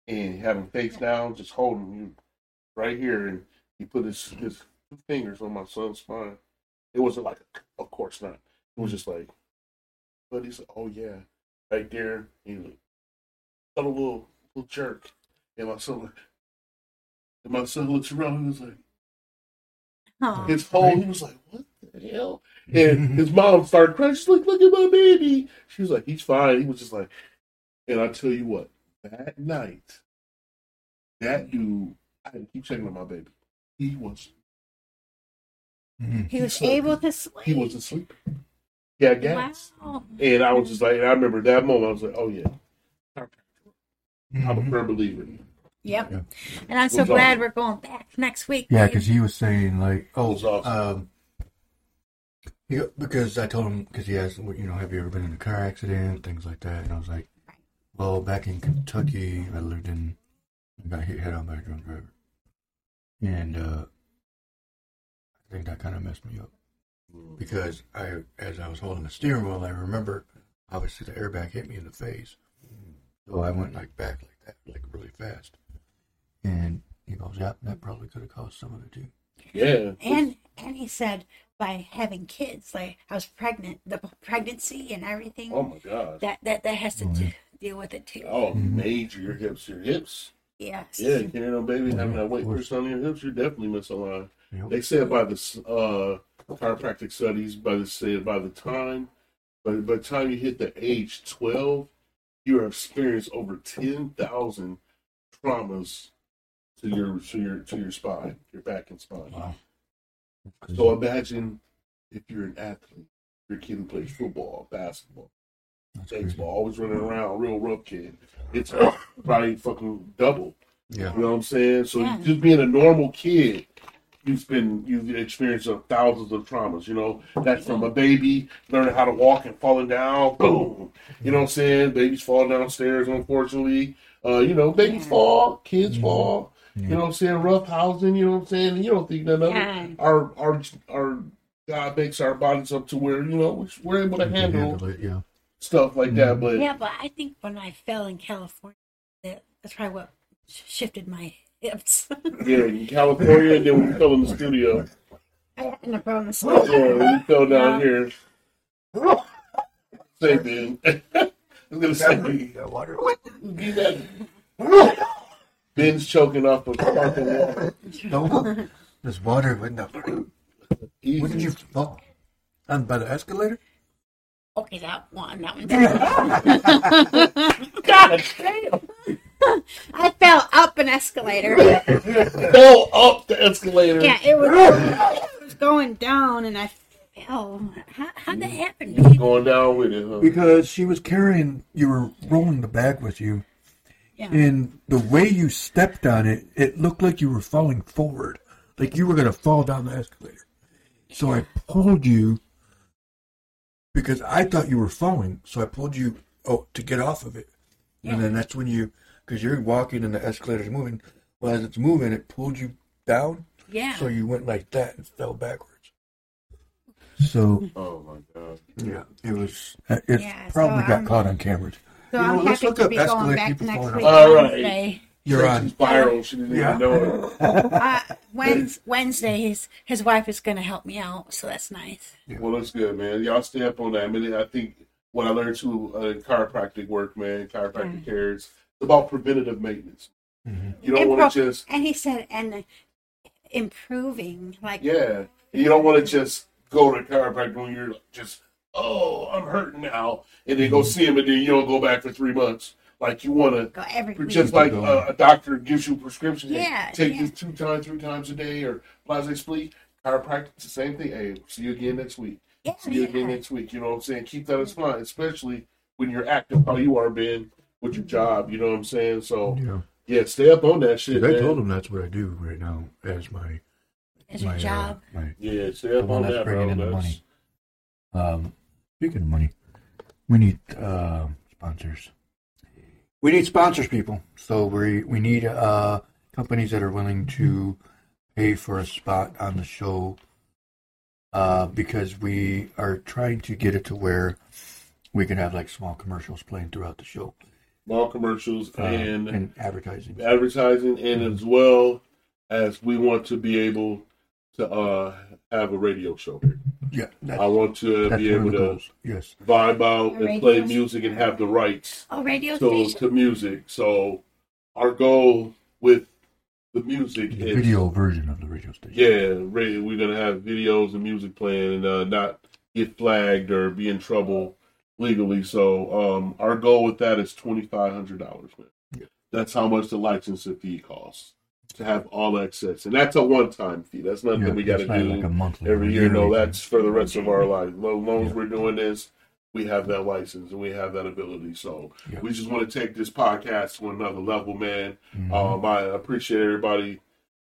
C: and have him face down, just holding him right here, and he put his his two fingers on my son's spine. It wasn't like, of course not. It was just like, but he's like, oh yeah, right there. He like, got a little little jerk, and my son like, and my son looks around. He was like.
D: Oh,
C: His whole he was like, "What the hell?" And his mom started crying. She's like, "Look at my baby." She was like, "He's fine." He was just like, and I tell you what, that night, that dude, I had to keep checking on my baby. He was
B: Mhm.
D: he was
C: slept.
D: able to sleep.
C: he was asleep. Yeah,
D: Wow.
C: gas. And I was just like, and I remember that moment. I was like, "Oh yeah,
B: Mm-hmm.
C: I'm a firm believer."
D: Yep.
B: Yeah.
D: And I'm so
C: What's up?
D: glad we're going back next week.
B: Yeah,
D: babe.
B: because he was saying like, oh,
C: That's awesome.
B: um, he, because I told him because he asked, well, you know, have you ever been in a car accident, things like that, and I was like, well, back in Kentucky, I lived in, I got hit head on by a drunk driver, and uh, I think that kind of messed me up because I, as I was holding the steering wheel, I remember obviously the airbag hit me in the face, so I went like back like that, like really fast, and he goes, yeah, that probably could have caused some of it too.
C: Yeah,
D: And and he said by having kids, like I was pregnant, the pregnancy and everything
C: oh my gosh,
D: that that that has
B: Oh,
D: to do, deal with it too.
C: oh
B: Mm-hmm.
C: major your hips, your hips.
D: Yes.
C: Yeah, you carrying on baby, having that weight
B: Of course.
C: person on your hips, you're definitely misaligned.
B: Yep.
C: They said by the s- uh, chiropractic studies, by the said by the time, by, by the time you hit the age twelve, you have experienced over ten thousand traumas to your to your to your spine, your back and spine.
B: Wow.
C: So um, imagine if you're an athlete, your kid who plays football, basketball,
B: That's crazy.
C: baseball, always running around, real rough kid. It's probably fucking double.
B: Yeah.
C: You know what I'm saying? So
D: Yeah.
C: just being a normal kid, you've been you've experienced uh, thousands of traumas. You know that's from a baby learning how to walk and falling down. Boom. You know what I'm saying? Babies fall downstairs. Unfortunately, uh, you know babies fall,
B: Mm-hmm.
C: kids fall. You know what I'm saying? Rough housing. You know what I'm saying? And you don't think none of
D: Yeah.
C: it. Our our our God makes our bodies up to where you know we- we're able to
B: You can Mm-hmm.
C: handle
B: handle it, yeah.
C: stuff like that. But
D: Yeah, but I think when I fell in California, that that's probably what sh- shifted my hips.
C: Yeah, in California, and then we fell in the studio.
D: I had to go in the
C: Yeah, we fell down
D: Yeah.
C: here. Say, man. I'm gonna say,
B: That water.
C: get that. Ben's choking off of sparkling water.
B: Don't. This water went up.
C: Easy.
B: What did you fall? On by the escalator?
D: Okay, that one, that one. God damn!
E: I fell up an escalator.
C: fell up the escalator?
E: yeah, it was, it was going down, and I fell.
D: How, how'd that happen?
C: Going down with it, huh?
B: Because she was carrying, you were rolling the bag with you.
E: Yeah.
B: And the way you stepped on it, it looked like you were falling forward. Like you were going to fall down the escalator. So I pulled you because I thought you were falling. So I pulled you oh, to get off of it. And then that's when you, because you're walking and the escalator's moving. Well, as it's moving, it pulled you down.
D: Yeah.
B: So you went like that and fell backwards. So
C: Oh my god.
B: yeah, it was. Uh, It
D: Yeah, so
B: probably got
D: I'm-
B: caught on cameras.
E: So
B: You know,
E: I'm
B: let's
E: happy
B: look
E: to
B: up
E: be
B: escalator
E: going back
B: people
E: next
B: falling
E: week.
B: off.
C: All right.
D: Wednesday,
B: You're
C: She's viral. She didn't
B: Yeah.
C: even know it.
E: Uh, Wednesday.
D: Wednes- Wednesday, his, his wife is going to help me out, so that's nice.
C: Well, that's good, man. Y'all stay up on that. I mean, I think what I learned too uh, in chiropractic work, man, chiropractic care, it's about preventative maintenance. You don't want to
E: Improv-
C: just,
E: And he said, and improving, like
C: yeah, you don't want to just go to chiropractor when you're just, oh, I'm hurting now, and then go see him, and then you don't go back for three months. Like you want to
E: go every week.
C: just like uh, a, a doctor gives you a prescription. hey,
E: Yeah,
C: take
E: yeah.
C: this two times, three times a day, or blase split. Chiropractic, it's the same thing. Hey, see you again next week.
D: Yeah,
C: see you again next week. You know what I'm saying? Keep that in mind, especially when you're active, how you are, Ben, with your job. You know what I'm saying? So
B: Yeah,
C: yeah, stay up on that shit.
B: I
C: man.
B: told him that's what I do right now as my
D: It's
B: my
D: your
B: uh,
D: job.
B: my
C: Yeah, stay up
B: the one
C: on
B: that's
C: that, bro.
B: bringing in the
C: That's-
B: money. Um, speaking of money, we need uh, sponsors. We need sponsors, people. So we we need uh, companies that are willing to pay for a spot on the show uh, because we are trying to get it to where we can have like small commercials playing throughout the show
C: Small commercials
B: uh,
C: and,
B: and Mm-hmm. advertising.
C: advertising, and as well as we want to be able to uh, have a radio show here.
B: Yeah, that's,
C: I want to
B: that's
C: be
B: one
C: able
B: of the
C: to
B: goals. Yes.
C: vibe out
E: The
C: and play
E: radio
C: music and have the rights
D: Oh, radio
C: to,
D: station.
C: to music. So our goal with the music
B: The
C: is
B: video version of the radio station.
C: yeah, radio, we're gonna have videos and music playing and uh, not get flagged or be in trouble legally. So um, our goal with that is twenty five hundred dollars, man.
B: Yeah.
C: That's how much the licensing fee costs to have all access, and that's a one time fee. That's nothing
B: Yeah,
C: we got to
B: it's not
C: do
B: like a monthly or
C: every year. No,
B: yearly thing.
C: that's for the rest of our life. As long as
B: Yeah.
C: we're doing this, we have that license and we have that ability. So
B: Yeah.
C: we just want to take this podcast to another level, man.
B: Mhm.
C: Um, I appreciate everybody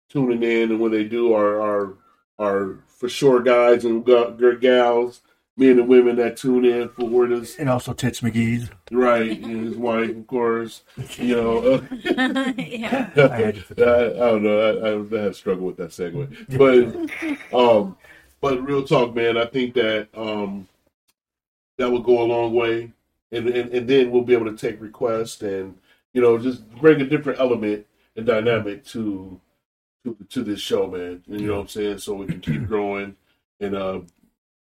C: tuning in, and when they do, our our our for sure guys and g- g- gals, men and women that tune in for with us,
B: and also Tits McGee's.
C: right? And his wife, of course. You know,
D: yeah.
C: I,
B: had to-
C: I don't know. I, I had struggle with that segue, but um, but real talk, man. I think that um, that will go a long way, and, and and then we'll be able to take requests and you know just bring a different element and dynamic to to to this show, man. You know what I'm saying? So we can keep growing and uh,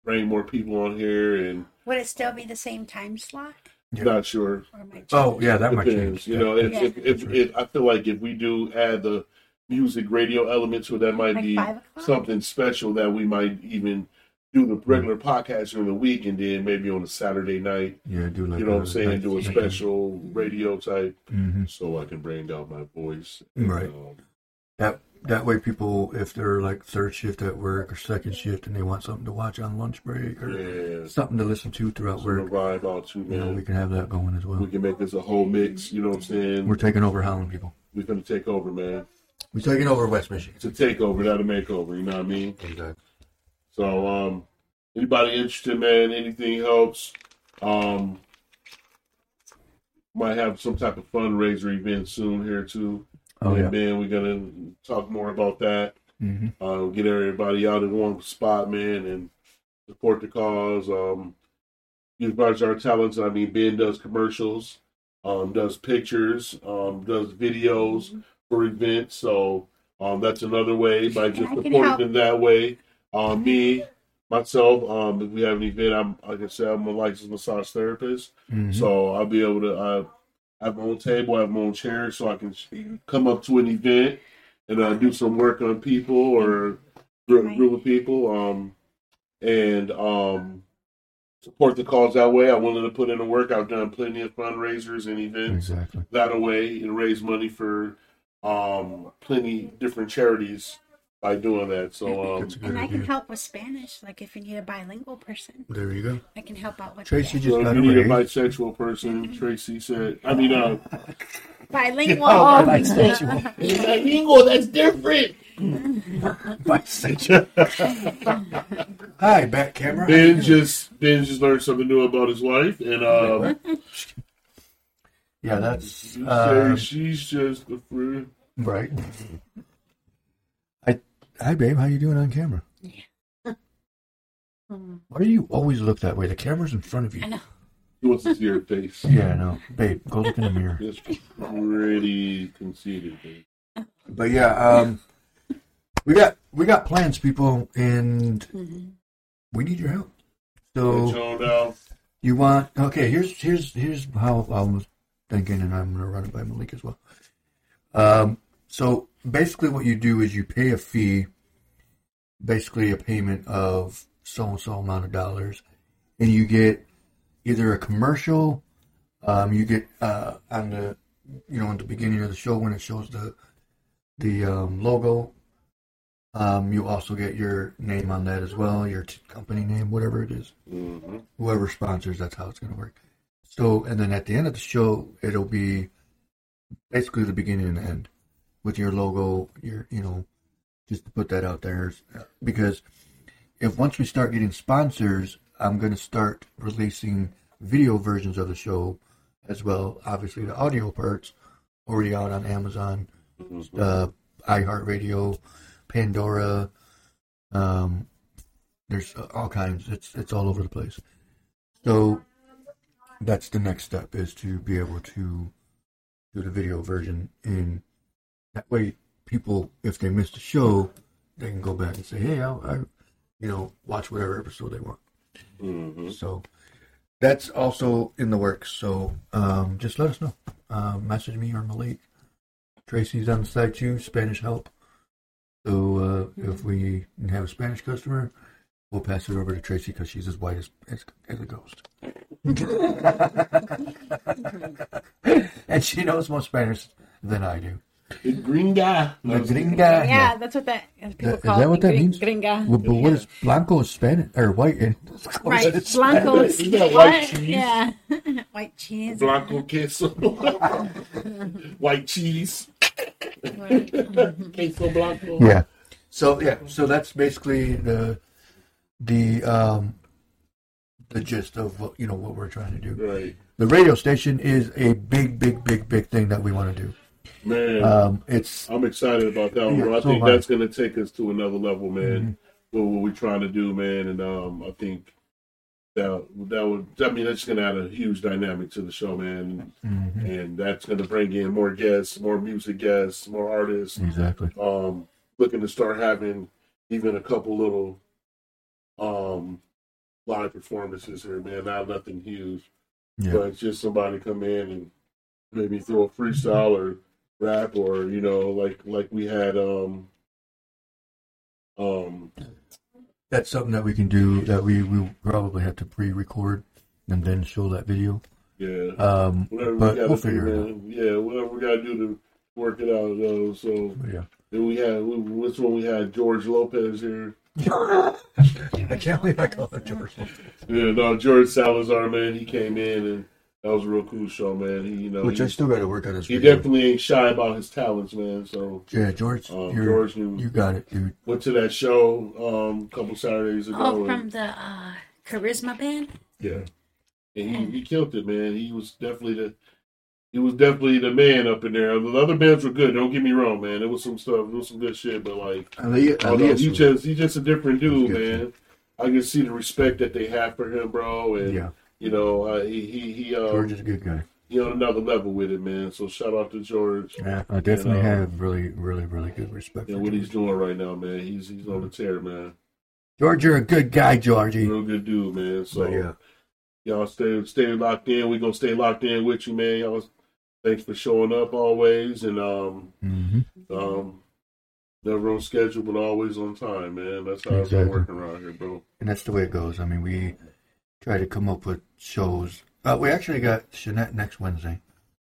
C: bring more people on here. And
D: Would it still be the same time slot?
B: Yeah.
C: not sure
D: Or my
B: Oh yeah, that might
C: depends.
B: change.
C: You know, if,
E: Yeah.
C: if, if, if I feel like if we do add the music radio element to it, that might
E: Like
C: be
E: five o'clock?
C: something special that we might even do
B: Mm-hmm.
C: the regular podcast during the week and then maybe on a Saturday night,
B: yeah, do like
C: you know what I'm
B: a-
C: saying, do a
B: like-
C: special radio type
B: Mhm.
C: so I can bring down my voice.
B: Right.
C: Um,
B: That that way, people, if they're like third shift at work or second shift, and they want something to watch on lunch break or
C: yeah.
B: something to listen to throughout
C: So the
B: work,
C: vibe out too,
B: you know, we
C: man.
B: can have that going as well.
C: We can make this a whole mix, you know what I'm saying?
B: We're taking over Holland, people.
C: We're going to take over, man.
B: We're taking over West Michigan.
C: It's a takeover, not a makeover, you know what I mean? So, um, anybody interested, man, anything helps. Um, might have some type of fundraiser event soon here too.
B: Oh yeah.
C: and man, we're gonna talk more about that.
B: hmm
C: Uh, get everybody out in one spot, man, and support the cause. Um, use bunch of our talents. I mean, Ben does commercials. um, does pictures, um, does
D: Mm-hmm.
C: videos for events. So um, that's another way by
D: I
C: just
D: can
C: supporting
D: help.
C: them
D: Mm-hmm.
C: that way. Um, me, myself, um, if we have an event, I'm like I said, I'm a licensed massage therapist.
B: Mhm.
C: So I'll be able to. I I have my own table, I have my own chair, so I can sh- come up to an event and uh, do some work on people or group, group of people, um, and um, support the cause that way. I'm willing to put in the work. I've done plenty of fundraisers and events
B: exactly.
C: that way and raise money for um, plenty different charities by doing that. So um,
B: That's a good
D: And I can
B: idea.
D: help with Spanish. Like if you need a bilingual person,
B: There you go.
D: I can help out with
B: Tracy
D: that.
B: just
C: so if
B: got
C: you need a
B: away.
C: bisexual person, Tracy said. I mean, uh,
D: bilingual.
C: Oh,
B: bisexual.
C: bilingual. oh, That's different.
B: Bisexual. Hi, back camera.
C: Ben just Ben just learned something new about his wife, and uh,
B: Yeah, that's
C: you
B: uh,
C: say she's just a friend.
B: right. I, hi, babe. How you doing on camera? Why do you always look that way? The camera's in front of you.
D: I know.
C: He wants to see her face.
B: Yeah, I know, babe. Go look in the mirror.
C: That's pretty conceited. man.
B: But yeah, um, we got we got plans, people, and we need your help. So.
C: But y'all know,
B: You want okay? Here's here's here's how I'm thinking, and I'm going to run it by Malik as well. Um, so basically, what you do is you pay a fee, basically a payment of so and so amount of dollars, and you get either a commercial, um, you get uh, on the you know at the beginning of the show when it shows the the um, logo. Um, you also get your name on that as well, your t- company name, whatever it is
C: mhm.
B: whoever sponsors, that's how it's going to work. So, and then at the end of the show, it'll be basically the beginning and the end with your logo, your, you know, just to put that out there. Because if once we start getting sponsors, I'm going to start releasing video versions of the show as well. Obviously, the audio parts already out on Amazon, uh, iHeartRadio, Pandora. Um, there's all kinds. It's it's all over the place. So that's the next step is to be able to do the video version, and that way, people if they missed a show, they can go back and say, "Hey, I, I you know, watch whatever episode they want."
C: Mhm.
B: So that's also in the works. So um, just let us know. Uh, message me or Malik. Tracy's on the side too. Spanish help. So uh, if we have a Spanish customer, we'll pass it over to Tracy because she's as white as, as, as a ghost. and she knows more Spanish than I do.
C: The green guy.
B: La gringa.
E: Yeah, that's what that
D: uh,
E: as people
B: Is
E: call
B: that
E: it,
B: what that means?
E: Gringa.
B: Well, but what is blanco is Spanish or white? And
E: right, Blanco is
C: Isn't that white
E: what?
C: cheese?
E: Yeah, white cheese.
C: Blanco queso. White cheese. queso blanco.
B: Yeah. So yeah, so that's basically the the um the gist of what you know what we're trying to do.
C: Right.
B: The radio station is a big, big, big, big thing that we want to do.
C: Man.
B: Um, it's
C: I'm excited about that one.
B: Yeah,
C: bro. I
B: so
C: think
B: am I.
C: that's going to take us to another level, man. What, what we're trying to do, man, and um, I think that that would. I mean, that's going to add a huge dynamic to the show, man,
B: Mhm.
C: and that's going to bring in more guests, more music guests, more artists.
B: exactly
C: Um, looking to start having even a couple little um live performances here, man. Not nothing huge,
B: Yeah.
C: but just somebody come in and maybe throw a freestyle or rap or you know like like we had um um
B: that's something that we can do that we we probably have to pre-record and then show that video.
C: yeah
B: Um,
C: whatever
B: but
C: we gotta
B: we'll
C: do
B: figure it out.
C: man. yeah whatever we gotta do to work it out though so
B: But yeah.
C: then we had we- which one we had George Lopez here
B: I can't believe I called it George.
C: yeah no George Salazar man he came in and that was a real cool show man he you know
B: Which
C: he,
B: I still got to work on this.
C: he
B: video.
C: definitely ain't shy about his talents man so
B: Yeah, George,
C: um,
B: you're,
C: George knew
B: you got it, dude.
C: went to that show um a couple Saturdays ago.
D: Oh,
C: and,
D: from the uh, charisma band.
C: yeah, and he, he killed it, man. He was definitely the he was definitely the man up in there. The other bands were good. Don't get me wrong, man. There was some stuff, there was some good shit, but like,
B: Aaliyah,
C: although he just he just a different dude,
B: He's good,
C: man. I can see the respect that they have for him, bro, and
B: yeah,
C: you know uh, he he he. Uh,
B: George is a good guy.
C: he on another level with it, man. So shout out to George
B: Yeah, I definitely
C: And, uh,
B: have really, really, really good respect
C: and
B: for
C: what he's
B: George.
C: doing right now, man. He's he's on the tear, man.
B: George, you're a good guy, Georgie.
C: Real good dude, man. So
B: But yeah,
C: y'all stay stay locked in. We gonna stay locked in with you, man. Y'all thanks for showing up always and um
B: hmm
C: um never on schedule but always on time, man. That's how it's
B: Exactly.
C: been working around here, bro.
B: and that's the way it goes. I mean, we try to come up with shows. Uh, we actually got Jeanette next Wednesday,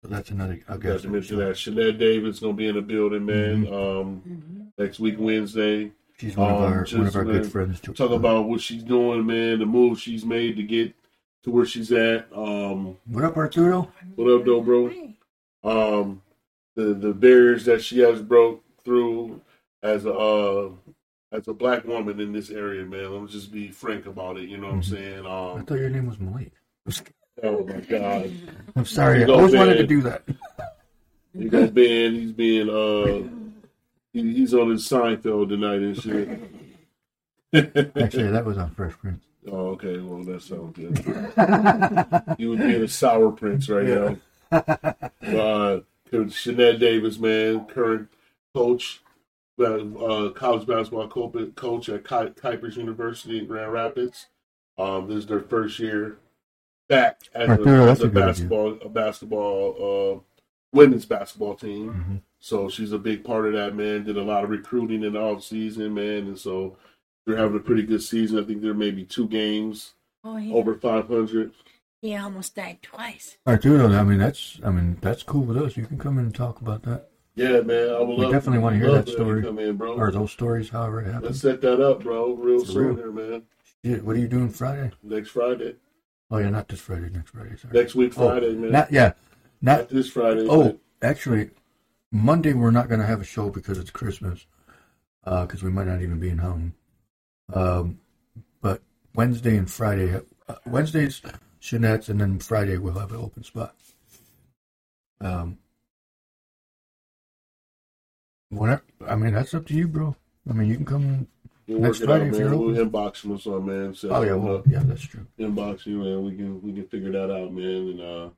B: so that's another. I
C: Got
B: guess.
C: to mention that Shanette David's gonna be in the building, man. Um
D: Mm-hmm.
C: next week Wednesday.
B: She's one of
C: Um,
B: our one of our good
C: Jeanette,
B: friends. To,
C: Talk about what she's doing, man, the moves she's made to get to where she's at. Um
B: what up, Arturo?
C: What up, though, bro? Um, the the barriers that she has broke through as a uh, as a black woman in this area, man. I'm just be frank about it. You know what I'm saying?
B: I
C: Um,
B: thought your name was Malik.
C: oh my God,
B: I'm sorry. I
C: Go,
B: always wanted to
C: man.
B: do that.
C: you know Ben, he's being uh, he, he's on his Seinfeld tonight and shit.
B: Actually, that was on Fresh Prince.
C: oh, okay, well that sounds good. he was being a sour prince right now. uh, Shanette Davis, man, current coach, uh, uh, college basketball co- coach at Ky- Kuipers University in Grand Rapids. Um, this is their first year back as a,
B: Arturo, that's
C: as a
B: a good idea.
C: basketball, a basketball, uh, women's basketball team.
B: Mhm.
C: So she's a big part of that, man. Did a lot of recruiting in the off season, man, and so they're having a pretty good season. I think there may be two games
D: Oh, he,
C: over 500.
D: he almost died twice.
B: Arturo, I mean that's I mean that's cool with us. You can come in and talk about that
C: Yeah, man, I would
B: We
C: love.
B: definitely wanna hear that
C: love to have you
B: story.
C: Come in, bro.
B: or those stories, however it
C: Let's
B: happens.
C: set that up, bro, real
B: For
C: soon
B: real.
C: here, man.
B: Yeah, what are you doing Friday?
C: Next Friday.
B: Oh yeah, not this Friday. Next Friday. Sorry.
C: Next week,
B: Oh,
C: Friday, man. Not,
B: Not yeah, not
C: this Friday.
B: oh
C: but
B: actually Monday we're not going to have a show because it's Christmas because we might not even be in home. Um, but Wednesday and Friday, uh, Wednesday's Jeanette's, and then Friday we'll have an open spot. Um, whatever. I mean that's up to you, bro. I mean you can come. in-
C: we'll
B: next
C: work it
B: Friday
C: out,
B: if
C: man.
B: you're
C: We'll inbox you or something, man. Set
B: Oh yeah,
C: something
B: well
C: up.
B: yeah, that's true.
C: inbox you, man. We can we can figure that out, man. And uh,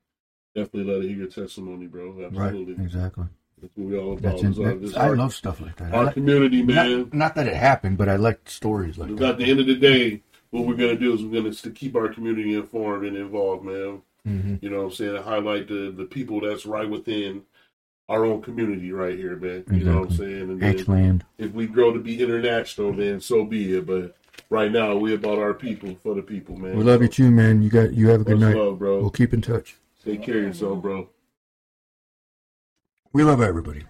C: definitely let it hear your testimony, bro.
B: Right,
C: Absolutely.
B: exactly.
C: That's what we all about.
B: That's
C: It's all-
B: it.
C: uh, this
B: That's, I
C: our,
B: love stuff like that. I
C: our
B: like-
C: community, man.
B: Not, not that it happened, but I like stories like
C: Because at
B: that.
C: uh, the end of the day, what we're gonna do is we're gonna st- keep our community informed and involved, man.
B: hmm
C: You know what I'm saying? And highlight the the people that's right within our own community right here, man. You know what I'm
B: Exactly.
C: saying? And then,
B: X-Land.
C: if we grow to be international, then so be it. But right now, we're about our people for the people, man.
B: We love you too, man. You got you have a good
C: Much
B: night.
C: love, bro.
B: We'll keep in touch.
C: Take care of yourself, bro.
B: We love everybody.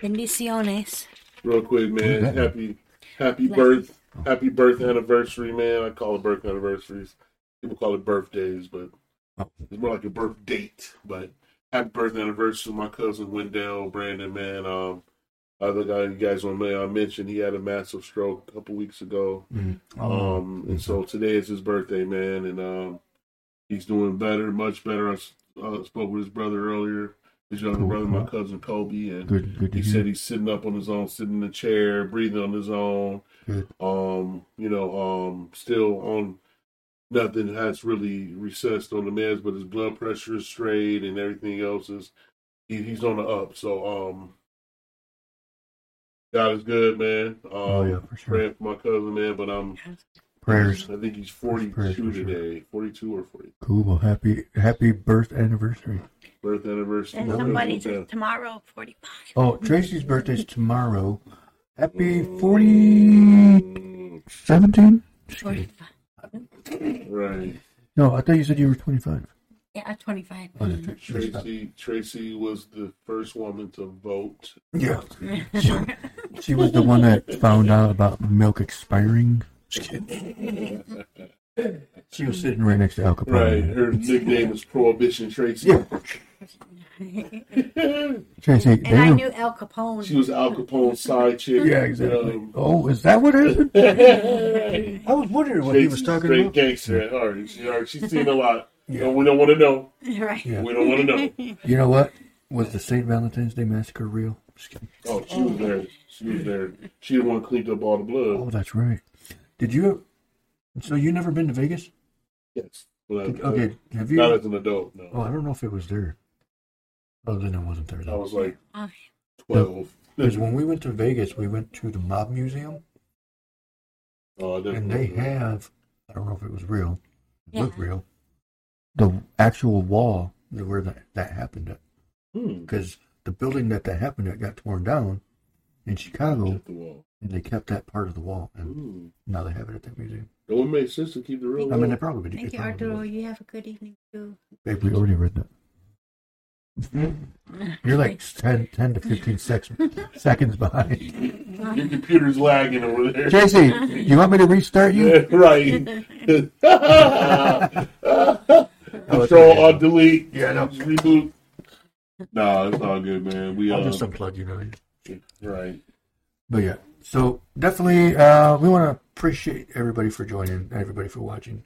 D: Bendiciones.
C: Real quick, man.
B: Okay.
C: Happy, happy
D: Bless
C: birth, happy birth anniversary, man. I call it birth anniversaries. People call it birthdays, but
B: Oh.
C: it's more like a birth date. But happy birth anniversary to my cousin Wendell Brandon, man. Um, other guy you guys on may I mentioned he had a massive stroke a couple weeks ago.
B: Mm-hmm. Oh,
C: Um, and so today is his birthday, man, and um, he's doing better, much better. I s- uh, spoke with his brother earlier, his younger
B: Cool,
C: brother, my
B: cool.
C: cousin Kobe, and
B: good, good to
C: he
B: hear.
C: said he's sitting up on his own, sitting in a chair, breathing on his own.
B: Good.
C: Um, you know, um, still on nothing has really recessed on the meds, but his blood pressure is straight and everything else is he, he's on the up. So, um, God is good, man. Um,
B: Oh, yeah, for sure.
C: Praying for my cousin, man, but I'm
B: Prayers.
C: I think he's
B: Prayers for
C: 42
B: sure.
C: today, 42 or 40.
B: Cool. Well, happy happy birth anniversary.
C: Birth anniversary.
D: And
C: Well,
D: somebody
C: yeah.
D: says tomorrow, 45.
B: uh, Oh, Tracy's birthday's tomorrow. Happy forty
C: Mm,
B: seventeen.
D: 45.
C: Right.
B: No, I thought you said you were twenty five.
D: Yeah, 25.
B: Oh, that's
C: Mm-hmm.
B: right.
C: Tracy Tracy was the first woman to vote.
B: Yeah. She, she was the one that found out about milk expiring. Just kidding. she was sitting right next to Al
C: Right.
B: Capone.
C: Her nickname is Prohibition Tracy.
B: Yeah. Tracy,
D: And I
B: damn.
D: knew Al Capone.
C: She was Al Capone's side chick.
B: Yeah, exactly.
C: Um,
B: Oh, is that what happened? I was wondering what he was
C: Tracy's
B: talking
C: straight
B: about.
C: gangster at heart. She, her- she's seen a lot. You know, we don't want to know.
D: Right.
B: Yeah.
C: We don't want to know.
B: You know what? Was the St. Valentine's Day massacre real? Just kidding.
C: Oh, she was there. She was there. She the one cleaned up all the blood.
B: Oh, that's right. Did you? So you never been to Vegas?
C: Yes. But,
B: Did- okay, have you?
C: Not as an adult, no.
B: Oh, I don't know if it was there. Oh, then it wasn't there.
C: I
B: Though.
C: was like
D: Oh,
C: 12.
B: Because when we went to Vegas, we went to the Mob Museum,
C: Oh, I didn't
B: and they
C: remember.
B: have, I don't know if it was real, it looked
D: Yeah.
B: real, the actual wall where that, that happened at.
C: Hmm.
B: Because the building that that happened at got torn down in Chicago,
C: Hit the wall.
B: and they kept that part of the wall, and
C: Hmm.
B: now they have it at that museum.
C: It would make sense to keep the real
B: I mean, they
C: wall.
B: probably did.
E: Thank
B: they
E: you, Arturo.
B: probably
E: You have a good evening too.
B: did. Babe, we already read that. You're like 10, 10 to 15 sec- seconds behind.
C: Your computer's lagging over there.
B: JC, you want me to restart you?
C: Yeah, right.
B: Oh,
C: Control Alt Delete.
B: Yeah, I know.
C: Just Reboot. Nah, it's all good, man. We
B: I'll
C: uh,
B: just unplug you now.
C: right.
B: But yeah, so definitely, uh, we want to appreciate everybody for joining, everybody for watching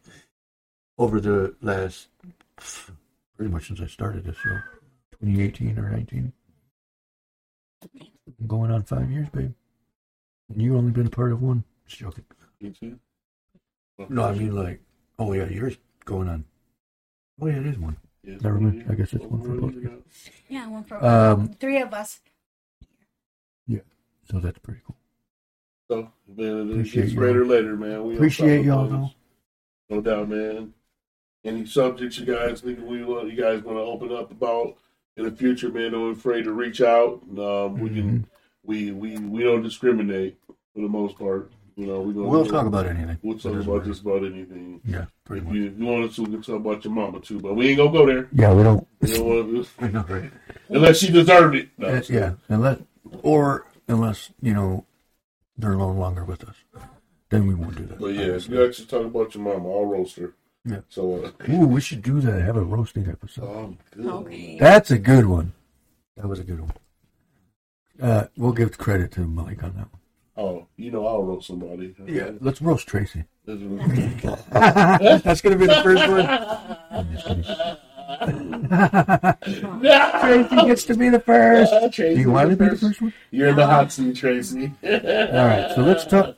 B: over the last pretty much since I started this show, 2018 or 19, going on five years, babe. And you've only been a part of one. Just joking.
C: You too?
B: No, I mean like, oh yeah, yours going on. Oh yeah, it is one.
C: Yes,
B: never mind.
C: yeah.
B: I guess it's one for both of you.
D: yeah, one for
B: Um,
D: three of us.
B: So that's pretty cool.
C: So, man, it-
B: Appreciate
C: it's
B: y'all.
C: greater later, man. We on top
B: Appreciate
C: of
B: y'all
C: things.
B: though.
C: No doubt, man. Any subjects you guys think we want, you guys want to open up about in the future, man? Don't be afraid to reach out. Um, We
B: Mm-hmm.
C: can, we we we don't discriminate for the most part. You know, we gonna,
B: We'll talk about anything.
C: We'll talk
B: It doesn't
C: about
B: matter.
C: just about anything.
B: Yeah, pretty
C: If
B: much.
C: you, if you want us to, we can talk about your mama too, but we ain't gonna go there.
B: Yeah, we don't.
C: You know what?
B: I know, right?
C: Unless she deserved it. No,
B: Uh, yeah, unless or unless you know they're no longer with us, then we won't do that.
C: But yeah, if you actually talk about your mama, I'll roast her.
B: Yeah.
C: So, uh,
B: Ooh, we should do that. Have a roasting episode.
C: oh, good.
D: Okay.
B: That's a good one. That was a good one. Uh, we'll give credit to Mike on that one.
C: Oh, you know I'll roast somebody.
B: let's roast Tracy.
C: That's what-
B: That's gonna be the first one. I'm just kidding. Tracy gets to be the first. Do
C: Tracy,
B: you want to be the first one?
C: You're in the hot seat, Tracy.
B: All right, so let's talk.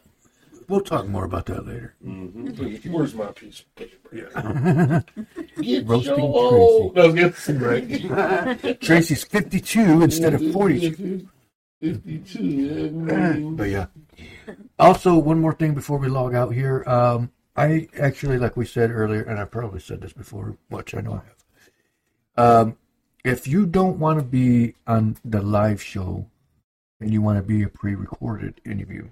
B: We'll talk more about that later.
C: Where's my piece of paper? Mm-hmm. Get
B: Roasting
C: your old- No, get
B: Tracy's 52 instead of 42.
C: 52. yeah, I mean,
B: But yeah. Also, one more thing before we log out here. Um, I actually, like we said earlier, and I probably said this before, which I know I have. Um, if you don't want to be on the live show and you want to be a pre-recorded interview,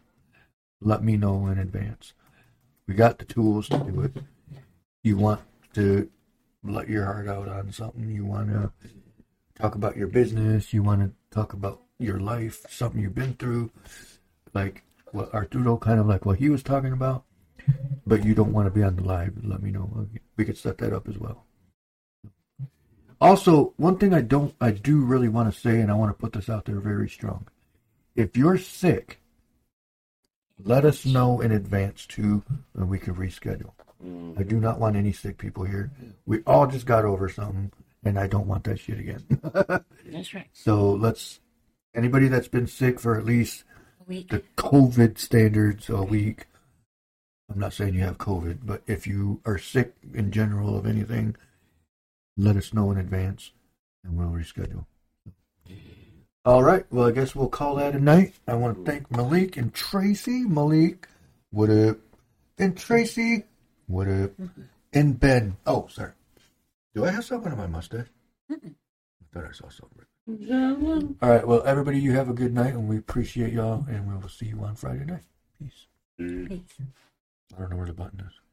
B: let me know in advance. We got the tools to do it. You want to let your heart out on something? You want to talk about your business? You want to talk about your life, something you've been through? like what Arturo kind of like what he was talking about, but you don't want to be on the live, let me know. We could set that up as well. Also, one thing I don't I do really want to say and I want to put this out there very strong. If you're sick, let us know in advance too and we can reschedule. I do not want any sick people here. We all just got over something and I don't want that shit again.
D: That's right.
B: so let's anybody that's been sick for at least
D: A week.
B: the COVID standards a week. I'm not saying you have COVID, but if you are sick in general of anything, let us know in advance and we'll reschedule. All right. Well, I guess we'll call that a night. I want to thank Malik and Tracy. Malik, what up? And Tracy, what up? And Ben. Oh, sorry. Do I have something on my mustache? I thought I saw something. All right. Well, everybody, you have a good night, and we appreciate y'all, and we will see you on Friday night. Peace.
D: Peace.
B: I don't know where the button is.